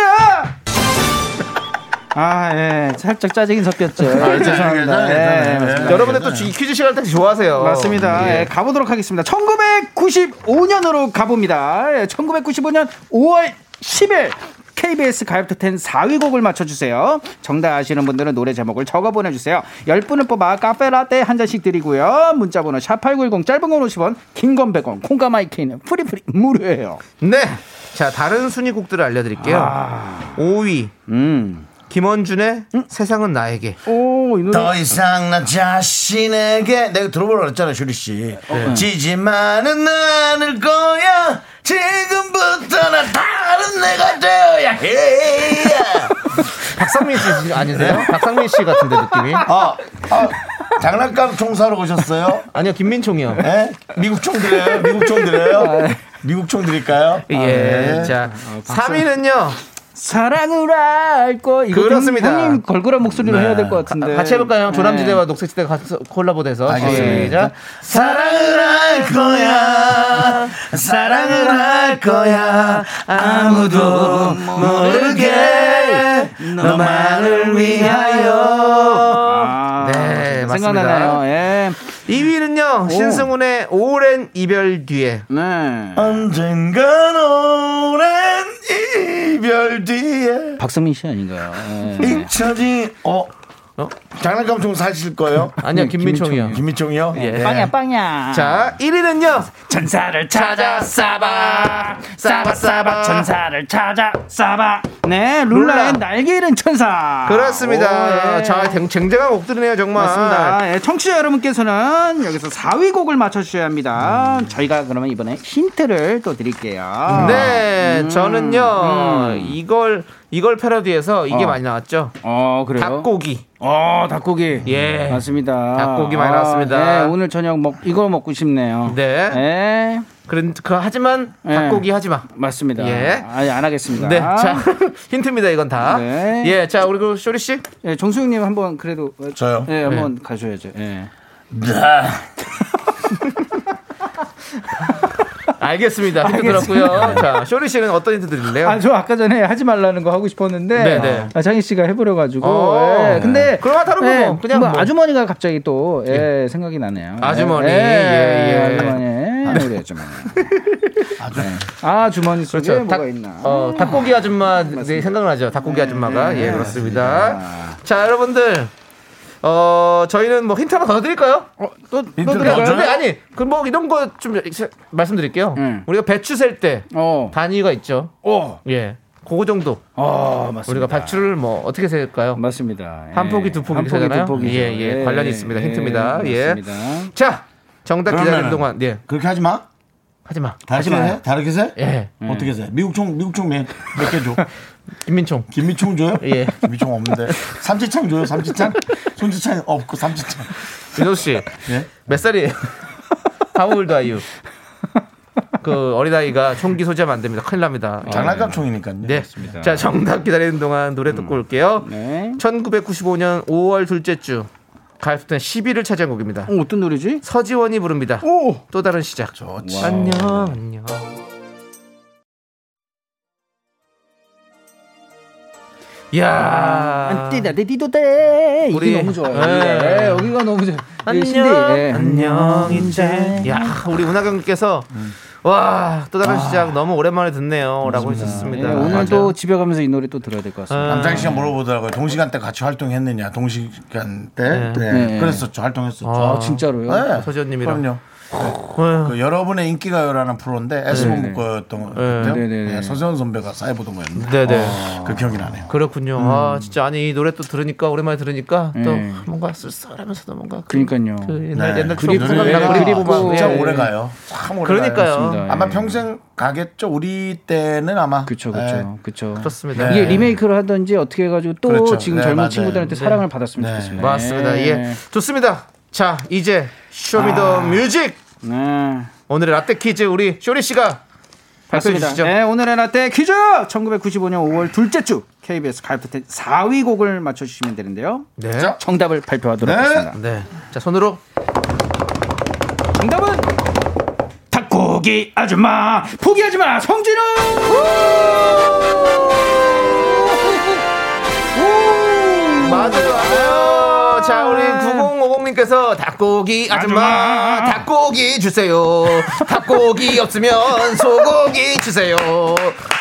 Speaker 7: 아, 예. 살짝 짜증이 섞였죠. 예,
Speaker 1: 괜찮아요,
Speaker 7: 죄송합니다. 예,
Speaker 1: 괜찮아요.
Speaker 7: 맞습니다.
Speaker 2: 네. 여러분들 또 이 퀴즈 시간 되게 좋아하세요.
Speaker 7: 맞습니다.
Speaker 2: 예.
Speaker 7: 예, 가보도록 하겠습니다. 1995년으로 가봅니다. 예, 1995년 5월 10일. KBS 가요톱 10 4위 곡을 맞춰주세요. 정답 아시는 분들은 노래 제목을 적어 보내주세요. 10분을 뽑아 카페라떼 한 잔씩 드리고요. 문자번호 샵8910 짧은 건 50원, 긴 건 100원, 콩과 마이크는 프리프리 무료예요.
Speaker 2: 네. 자, 다른 순위곡들을 알려드릴게요.
Speaker 7: 아.
Speaker 2: 5위. 음. 김원준의 세상은 나에게.
Speaker 7: 오, 이 노래.
Speaker 1: 더 이상 나 자신에게 내가 들어보라고 했잖아요, 슈리 씨.
Speaker 7: 네.
Speaker 1: 지지만은 않을 거야. 지금부터 나 다른 내가 되어야 해.
Speaker 2: 박상민 씨 아니세요? 박상민 씨 같은데 느낌이.
Speaker 1: 아, 아, 장난감 총사로 오셨어요?
Speaker 2: 아니요, 김민총이요.
Speaker 1: 예? 미국 총 드려요? 미국 총
Speaker 7: 아,
Speaker 1: 드려요?
Speaker 7: 네.
Speaker 1: 미국 총 드릴까요?
Speaker 2: 예.
Speaker 1: 아, 네.
Speaker 2: 자, 3위는요.
Speaker 7: 사랑을 알고 이거
Speaker 2: 아, 그렇습니다.
Speaker 7: 좀 형님 걸그런 목소리로
Speaker 1: 네.
Speaker 7: 해야 될 것 같은데
Speaker 2: 같이 해볼까요?
Speaker 7: 네.
Speaker 2: 조남지대와 녹색지대 가 콜라보돼서.
Speaker 1: 알겠습니다.
Speaker 2: 시작.
Speaker 1: 사랑을 할 거야. 사랑을 할 거야. 아무도 모르게 너만을 위하여.
Speaker 7: 아,
Speaker 2: 네,
Speaker 7: 생각나네요. 예.
Speaker 2: 2위는요. 신승훈의 오랜 이별 뒤에.
Speaker 7: 네.
Speaker 1: 언젠간 오랜 이별 뒤에
Speaker 7: 박성민 씨 아닌가요? 예.
Speaker 1: 잊혀지 어 장난감 좀 사실 거예요?
Speaker 2: <laughs>
Speaker 7: 네,
Speaker 2: 아니요, 김민총이요.
Speaker 1: 김민종이요? 예.
Speaker 7: 빵야 빵야.
Speaker 2: 자, 1위는요.
Speaker 7: 전사를 찾아 싸바
Speaker 2: 싸바, 싸바.
Speaker 7: 전사를 찾아 싸바. 네
Speaker 2: 룰라.
Speaker 7: 룰라의 날개 잃은
Speaker 2: 아,
Speaker 7: 천사.
Speaker 2: 그렇습니다.
Speaker 7: 오, 예.
Speaker 2: 자, 아. 쟁- 쟁쟁한 곡들이네요, 정말.
Speaker 7: 맞습니다. 예, 청취자 여러분께서는 여기서 4위 곡을 맞춰주셔야 합니다. 저희가 그러면 이번에 힌트를 또 드릴게요.
Speaker 2: 음. 네, 저는요
Speaker 7: 음.
Speaker 2: 이걸 이걸 패러디해서 이게
Speaker 7: 어.
Speaker 2: 많이 나왔죠.
Speaker 7: 어, 그래요?
Speaker 2: 닭고기.
Speaker 7: 어, 닭고기.
Speaker 2: 예.
Speaker 7: 맞습니다.
Speaker 2: 닭고기 많이
Speaker 7: 아,
Speaker 2: 나왔습니다.
Speaker 7: 네, 오늘 저녁 먹, 이거 먹고 싶네요.
Speaker 2: 네.
Speaker 7: 네.
Speaker 2: 그런 그 하지만
Speaker 7: 예.
Speaker 2: 닭고기 하지 마.
Speaker 7: 맞습니다.
Speaker 2: 예.
Speaker 7: 아니 안 하겠습니다.
Speaker 2: 네, 자 <laughs> 힌트입니다 이건 다.
Speaker 7: 네.
Speaker 2: 예, 자 그리고 쇼리 씨.
Speaker 7: 예, 정수영님 한번 그래도 어,
Speaker 1: 저요?
Speaker 2: 네.
Speaker 7: 예, 한번 가셔야죠. 예. <laughs>
Speaker 2: 알겠습니다. 힌트 들었고요. 자 쇼리 씨는 어떤 힌트 드릴래요?
Speaker 7: 아, 저 아까 전에 하지 말라는 거 하고 싶었는데
Speaker 2: 네네.
Speaker 7: 아, 장희 씨가 해버려가지고.
Speaker 2: 어.
Speaker 7: 예, 근데
Speaker 2: 그럼 하다로
Speaker 7: 예,
Speaker 2: 뭐, 그냥
Speaker 7: 뭐
Speaker 2: 뭐.
Speaker 7: 아주머니가 갑자기 또 예, 생각이 나네요. 예,
Speaker 2: 아주머니,
Speaker 7: 예,
Speaker 2: 예, 예.
Speaker 7: 아주머니, 예, 우리
Speaker 2: <laughs>
Speaker 7: 아주머니. 예. 아, 주머니 속에 뭐가
Speaker 2: 그렇죠. 닭-
Speaker 7: 있나?
Speaker 2: 어, 닭고기 아줌마 네, 생각나죠? 닭고기 아줌마가
Speaker 7: 네,
Speaker 2: 예 그렇습니다. 자 여러분들 어 저희는 뭐 힌트 하나 더 드릴까요?
Speaker 7: 또뭐
Speaker 1: 힌트를
Speaker 2: 어,
Speaker 1: 먼저
Speaker 2: 근데
Speaker 1: 요
Speaker 2: 아니 그 뭐 이런 거 좀 말씀드릴게요.
Speaker 7: 음.
Speaker 2: 우리가 배추 셀 때
Speaker 7: 어,
Speaker 2: 단위가 있죠.
Speaker 1: 오.
Speaker 2: 예, 그거 정도
Speaker 1: 아,
Speaker 7: 어, 맞습니다.
Speaker 2: 우리가 배추를 뭐 어떻게 셀까요?
Speaker 7: 맞습니다. 예.
Speaker 2: 한 포기, 두 포기
Speaker 7: 한 포기
Speaker 2: 되잖아요?
Speaker 7: 두 포기.
Speaker 2: 예, 예, 관련이 있습니다. 힌트입니다. 예.
Speaker 7: 맞습니다.
Speaker 2: 자 정답 기다리는
Speaker 1: 그러면은.
Speaker 2: 동안 예
Speaker 1: 그렇게 하지 마.
Speaker 2: 하지 마.
Speaker 1: 다르게 해? 다르게 해?
Speaker 2: 예
Speaker 1: 어떻게 해? 미국총 미국총 몇개
Speaker 7: <laughs>
Speaker 1: 줘?
Speaker 2: 김민총
Speaker 1: 김미총 줘요?
Speaker 2: 예.
Speaker 1: 김미총 없는데 삼지창 줘요? 삼지창? 손지창 없고 삼지창.
Speaker 2: 민호 씨 몇
Speaker 1: 예?
Speaker 2: 살이에요? <laughs> 하울드 아이유 그 어린아이가 총기 소지하면 안 됩니다. 큰일 납니다.
Speaker 1: 장난감 총이니까요.
Speaker 2: 네.
Speaker 1: 아, 그렇습니다. 음.
Speaker 2: 자, 정답 기다리는 동안 노래 듣고 올게요.
Speaker 7: 네.
Speaker 2: 1995년 5월 둘째 주 가요톱텐 10위를 차지한 곡입니다.
Speaker 7: 어, 어떤 노래지?
Speaker 2: 서지원이 부릅니다.
Speaker 7: 오,
Speaker 2: 또 다른 시작.
Speaker 1: 음. 좋지.
Speaker 2: 안녕, 안녕. 야,
Speaker 7: 띠다 띠도대
Speaker 2: 아. 우리-
Speaker 7: 이게 너무 좋아요.
Speaker 2: 네.
Speaker 7: 예, 여기가 너무 좋아요.
Speaker 2: 안녕,
Speaker 7: 음.
Speaker 2: 안녕 이제. 야, 우리 운하경님께서 와, 또 다른 시작 너무 오랜만에 듣네요라고
Speaker 7: 예,
Speaker 2: 해주셨습니다.
Speaker 7: 오늘도
Speaker 2: 맞아요. 예.
Speaker 7: 집에 가면서 이 노래 또 들어야 될 것 같습니다.
Speaker 1: 남창희
Speaker 2: 아.
Speaker 1: 씨가 물어보더라고요. 동시간 때 같이 활동했느냐? 동시간 때?
Speaker 2: 네.
Speaker 1: 네.
Speaker 7: 네.
Speaker 1: 그랬었죠. 활동했었죠.
Speaker 2: 아,
Speaker 7: 진짜로요?
Speaker 1: 네.
Speaker 2: 서지원님이랑. 아.
Speaker 1: 그럼요.
Speaker 2: 어휴.
Speaker 1: 그 여러분의 인기가요라는 프로인데 S본부
Speaker 7: 네.
Speaker 1: 거였던 거죠.
Speaker 7: 네, 네, 네.
Speaker 1: 네. 서세원 선배가 사회보던 거였는데.
Speaker 2: 네네.
Speaker 1: 그 기억이 나네요.
Speaker 2: 그렇군요. 아 진짜 아니 이 노래 또 들으니까 오랜만에 들으니까
Speaker 7: 예.
Speaker 2: 또 뭔가 쓸쓸하면서도 뭔가 그,
Speaker 7: 그러니까요.
Speaker 2: 그 옛날
Speaker 1: 네.
Speaker 2: 옛날
Speaker 1: 그
Speaker 2: 추억 생각나
Speaker 7: 노래가
Speaker 2: 그리고 막
Speaker 7: 그립고
Speaker 1: 진짜
Speaker 2: 예.
Speaker 1: 오래 가요. 참 오래
Speaker 2: 그러니까요.
Speaker 7: 맞습니다.
Speaker 1: 가요. 아마 평생 가겠죠. 우리 때는 아마.
Speaker 7: 네. 그쵸
Speaker 1: 네.
Speaker 7: 그쵸 그쵸.
Speaker 2: 그렇습니다.
Speaker 7: 이게
Speaker 1: 네.
Speaker 7: 리메이크를 하던지 어떻게 해가지고 또
Speaker 1: 그렇죠.
Speaker 7: 지금
Speaker 1: 네,
Speaker 7: 젊은
Speaker 1: 맞아요.
Speaker 7: 친구들한테
Speaker 1: 네.
Speaker 7: 사랑을 받았으면
Speaker 1: 네.
Speaker 7: 좋겠습니다.
Speaker 2: 맞습니다. 예. 좋습니다. 자 이제 쇼미더 뮤직
Speaker 7: 네.
Speaker 2: 오늘의 라떼 퀴즈 우리 쇼리 씨가 발표해
Speaker 7: 맞습니다.
Speaker 2: 주시죠.
Speaker 7: 네, 오늘의 라떼 퀴즈! 1995년 5월 둘째 주 KBS 가입된 4위 곡을 맞춰주시면 되는데요.
Speaker 2: 네.
Speaker 7: 정답을 발표하도록
Speaker 1: 네.
Speaker 7: 하겠습니다.
Speaker 2: 네. 자 손으로
Speaker 7: 정답은 닭고기 아줌마 포기하지 마 성진호
Speaker 2: 맞아요. 맞아요. 자 우리 9050님께서 닭고기 아줌마 닭고기 주세요. 닭고기 없으면 소고기 주세요.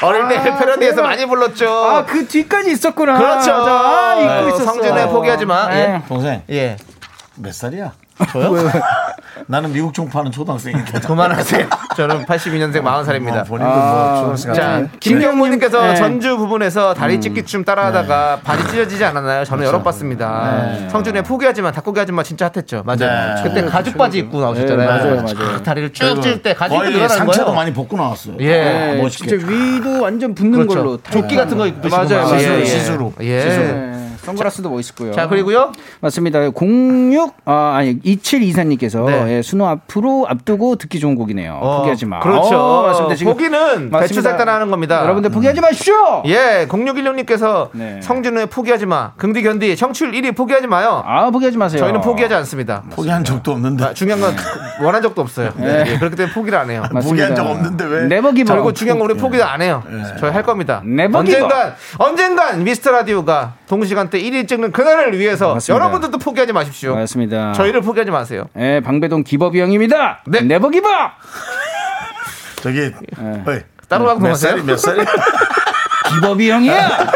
Speaker 2: 어릴 때 패러디에서 많이 불렀죠.
Speaker 7: 아, 아그 뒤까지 있었구나
Speaker 2: 그렇죠.
Speaker 7: 아, 잊고
Speaker 2: 네.
Speaker 7: 있었어.
Speaker 2: 성진의 포기하지 마.
Speaker 7: 네.
Speaker 1: 동생
Speaker 2: 예.
Speaker 1: 몇
Speaker 7: <laughs>
Speaker 1: 살이야? 저요? 나는 미국 총파는 초등학생인데.
Speaker 2: 그만하세요. 저는 82년생 <laughs> 40살입니다.
Speaker 1: 본인도
Speaker 7: 아,
Speaker 1: 뭐 초등학생.
Speaker 2: 자,
Speaker 1: 같은데.
Speaker 2: 김경모님께서
Speaker 7: 네. 음.
Speaker 2: 전주 부분에서 다리 찢기춤 따라하다가 발이 찢어지지 않았나요? 저는
Speaker 7: 그렇죠.
Speaker 2: 여러 봤습니다.
Speaker 7: 네.
Speaker 2: 성준의 포기하지만 닭고기 아줌마 진짜 핫했죠. 맞아요.
Speaker 1: 네.
Speaker 2: 그때 가죽 바지 입고 나오셨잖아요.
Speaker 7: 맞아요, 맞아요.
Speaker 2: 쫙 다리를 쭉 찔 때 네. 가죽
Speaker 1: 거의
Speaker 2: 입고 나오는
Speaker 1: 상체도
Speaker 2: 거예요.
Speaker 1: 많이 벗고 나왔어요.
Speaker 2: 예.
Speaker 7: 네,
Speaker 1: 멋있게.
Speaker 7: 진짜 위도 완전 붙는
Speaker 2: 그렇죠.
Speaker 7: 걸로
Speaker 2: 조끼 같은 거 입고
Speaker 7: 맞아요,
Speaker 2: 시고
Speaker 7: 맞아요.
Speaker 2: 예, 예.
Speaker 1: 시스루.
Speaker 2: 예.
Speaker 7: 네, 선글라스도 멋있고요.
Speaker 2: 자, 그리고요.
Speaker 7: 맞습니다. 06 아, 아니 27 이사님께서
Speaker 2: 네.
Speaker 7: 예, 수능 앞으로 앞두고 듣기 좋은 곡이네요.
Speaker 2: 어,
Speaker 7: 포기하지 마.
Speaker 2: 그렇죠.
Speaker 7: 어, 맞습니다. 지금
Speaker 2: 고기는 배추
Speaker 7: 맞습니다.
Speaker 2: 살단 하는 겁니다. 음.
Speaker 7: 여러분들 포기하지 마십시오.
Speaker 2: 예, 0616님께서
Speaker 7: 네.
Speaker 2: 성준의 포기하지 마. 긍디 견디 청취율 1위 포기하지 마요.
Speaker 7: 아 포기하지 마세요.
Speaker 2: 저희는 포기하지 않습니다.
Speaker 1: 포기한 적도 없는데.
Speaker 2: 아, 중요한 건 원한 적도 없어요. 예, 그렇기 때문에 포기를 안 해요.
Speaker 7: 맞습니다. 어,
Speaker 1: 포기한 적 없는데 왜?
Speaker 7: 네버 기버.
Speaker 2: 그리고 중요한 건 우리 포기도 안 해요. 저희 할 겁니다.
Speaker 7: 네버
Speaker 2: 언젠간 언젠간 미스터 라디오가 동시간대 1위 찍는 그날을 위해서
Speaker 7: 맞습니다.
Speaker 2: 여러분들도 포기하지 마십시오.
Speaker 7: 맞습니다.
Speaker 2: 저희를 포기하지 마세요.
Speaker 7: 예, 방배동 기법이 형입니다.
Speaker 2: 네.
Speaker 7: 네버 기버.
Speaker 1: <laughs> 저기
Speaker 7: 네.
Speaker 1: 어이,
Speaker 2: 따로
Speaker 1: 몇
Speaker 2: 방송하세요.
Speaker 1: 살이 <laughs> 몇 살이?
Speaker 7: 기법이 형이야.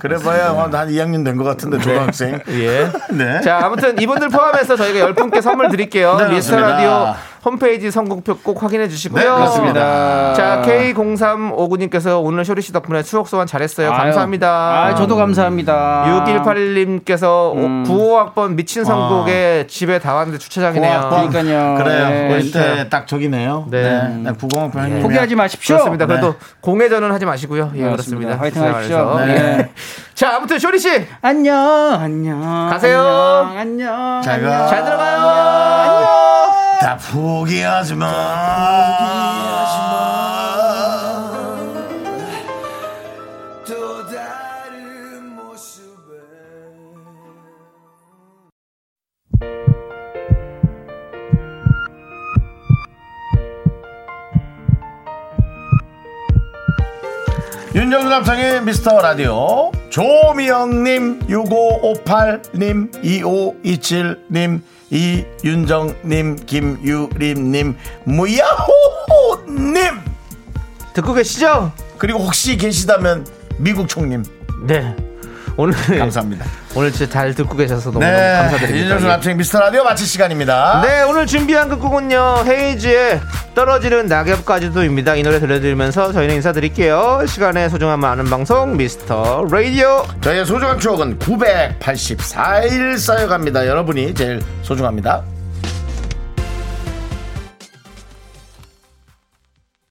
Speaker 1: 그래봐야 뭐 한 2학년 된 것 같은데 초등학생.
Speaker 2: 네. <laughs> 예.
Speaker 1: <laughs> 네.
Speaker 2: 자, 아무튼 이분들 포함해서 저희가 10분께 선물 드릴게요.
Speaker 1: 네,
Speaker 2: 미스터
Speaker 1: 맞습니다.
Speaker 2: 라디오 홈페이지 선곡표 꼭 확인해 주시고요.
Speaker 1: 네, 그렇습니다.
Speaker 2: 자, K0359님께서 오늘 쇼리 씨 덕분에 추억 소환 잘했어요. <laughs>
Speaker 7: 아유.
Speaker 2: 감사합니다.
Speaker 7: 아, 저도 감사합니다.
Speaker 2: 6181님께서 95학번 미친 선곡에 집에 다 왔는데 주차장이네요.
Speaker 1: 고학번.
Speaker 7: 그러니까요. 예,
Speaker 1: 그래요. 우리
Speaker 2: 진짜요.
Speaker 1: 때딱 저기네요.
Speaker 2: 네.
Speaker 1: 네. 네. 구공학 형님.
Speaker 7: 포기하지 마십시오.
Speaker 2: 그렇습니다. 그래도
Speaker 1: 네.
Speaker 2: 공회전은 하지 마시고요. 예, 그렇습니다.
Speaker 7: 그렇습니다. 화이팅 하십시오.
Speaker 2: 그래서,
Speaker 7: 네.
Speaker 2: 예. 자, 아무튼 쇼리 씨 잘
Speaker 7: 안녕, 안녕.
Speaker 2: 가세요.
Speaker 7: 안녕. 안녕.
Speaker 1: 제가
Speaker 2: 들어가요. 안녕.
Speaker 1: 다 다 포기하지 마. 또 다른 모습에. 윤정수 남창의 미스터 라디오 조미영님 6558님 2527님 이윤정님 김유림님 무야호호님
Speaker 2: 듣고 계시죠?
Speaker 1: 그리고 혹시 계시다면 미국 총님
Speaker 2: 네. <laughs> 오늘
Speaker 1: 감사합니다.
Speaker 2: 오늘 진짜 잘 듣고 계셔서 너무 너무
Speaker 1: 네,
Speaker 2: 감사드립니다. 예.
Speaker 1: 윤정수 남창의 미스터 라디오 마칠 시간입니다.
Speaker 2: 네, 오늘 준비한 끝곡은요. 헤이즈의 떨어지는 낙엽까지도입니다. 이 노래 들려드리면서 저희는 인사드릴게요. 시간의 소중함을 아는 방송 미스터 라디오.
Speaker 1: 저희의 소중한 추억은 984일 쌓여갑니다. 여러분이 제일 소중합니다.